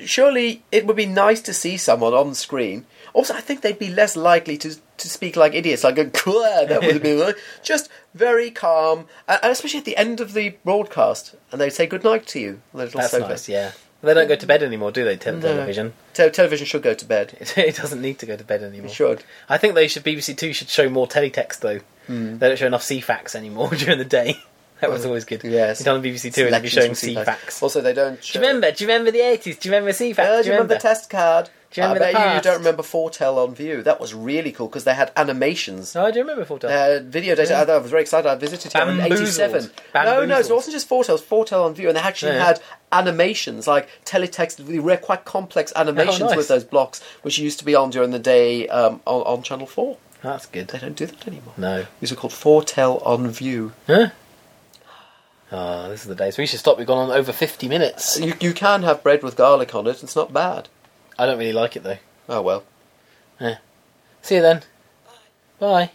Speaker 2: Surely it would be nice to see someone on screen. Also, I think they'd be less likely to to speak like idiots, like a that would
Speaker 1: (laughs)
Speaker 2: be just very calm, and and especially at the end of the broadcast, and they'd say good night to you on the little
Speaker 1: That's
Speaker 2: sofa.
Speaker 1: nice. Yeah, they don't go
Speaker 2: Mm.
Speaker 1: to bed anymore, do they? Te- Television. (laughs)
Speaker 2: Te- television should go to bed.
Speaker 1: It doesn't need to go to bed anymore.
Speaker 2: It should.
Speaker 1: I think they should BBC Two should show more teletext though.
Speaker 2: Hmm.
Speaker 1: They don't show enough CFAX anymore (laughs) during the day. That
Speaker 2: Oh,
Speaker 1: was always good.
Speaker 2: yes.
Speaker 1: You'd on BBC Two and they'd be showing
Speaker 2: Selections from
Speaker 1: CFAX.
Speaker 2: Also, they don't. Show...
Speaker 1: Do you remember? Do you remember the eighties? Do you remember CFAX?
Speaker 2: Oh, do you remember the test card?
Speaker 1: Do you remember
Speaker 2: I
Speaker 1: the
Speaker 2: bet you, you
Speaker 1: past?
Speaker 2: don't remember Foretell on View. That was really cool because they had animations.
Speaker 1: No, I Oh, do remember Full Throttle.
Speaker 2: Uh, video data. I, I was very excited. I visited him in
Speaker 1: Bamboozled.
Speaker 2: '87. No, no, it
Speaker 1: Bamboozled.
Speaker 2: wasn't just Fortel. It was Fortel on view, and they actually
Speaker 1: Yeah.
Speaker 2: had animations like teletext. They were quite complex animations
Speaker 1: Oh, nice.
Speaker 2: with those blocks, which used to be on during the day um, on, on Channel Four.
Speaker 1: That's good.
Speaker 2: They don't do that anymore.
Speaker 1: No.
Speaker 2: These are called Fortel on view.
Speaker 1: Huh? Oh, this is the days. We should stop. We've gone on over fifty minutes.
Speaker 2: You, you can have bread with garlic on it. It's not bad.
Speaker 1: I don't really like it though.
Speaker 2: Oh well.
Speaker 1: See you then. Bye.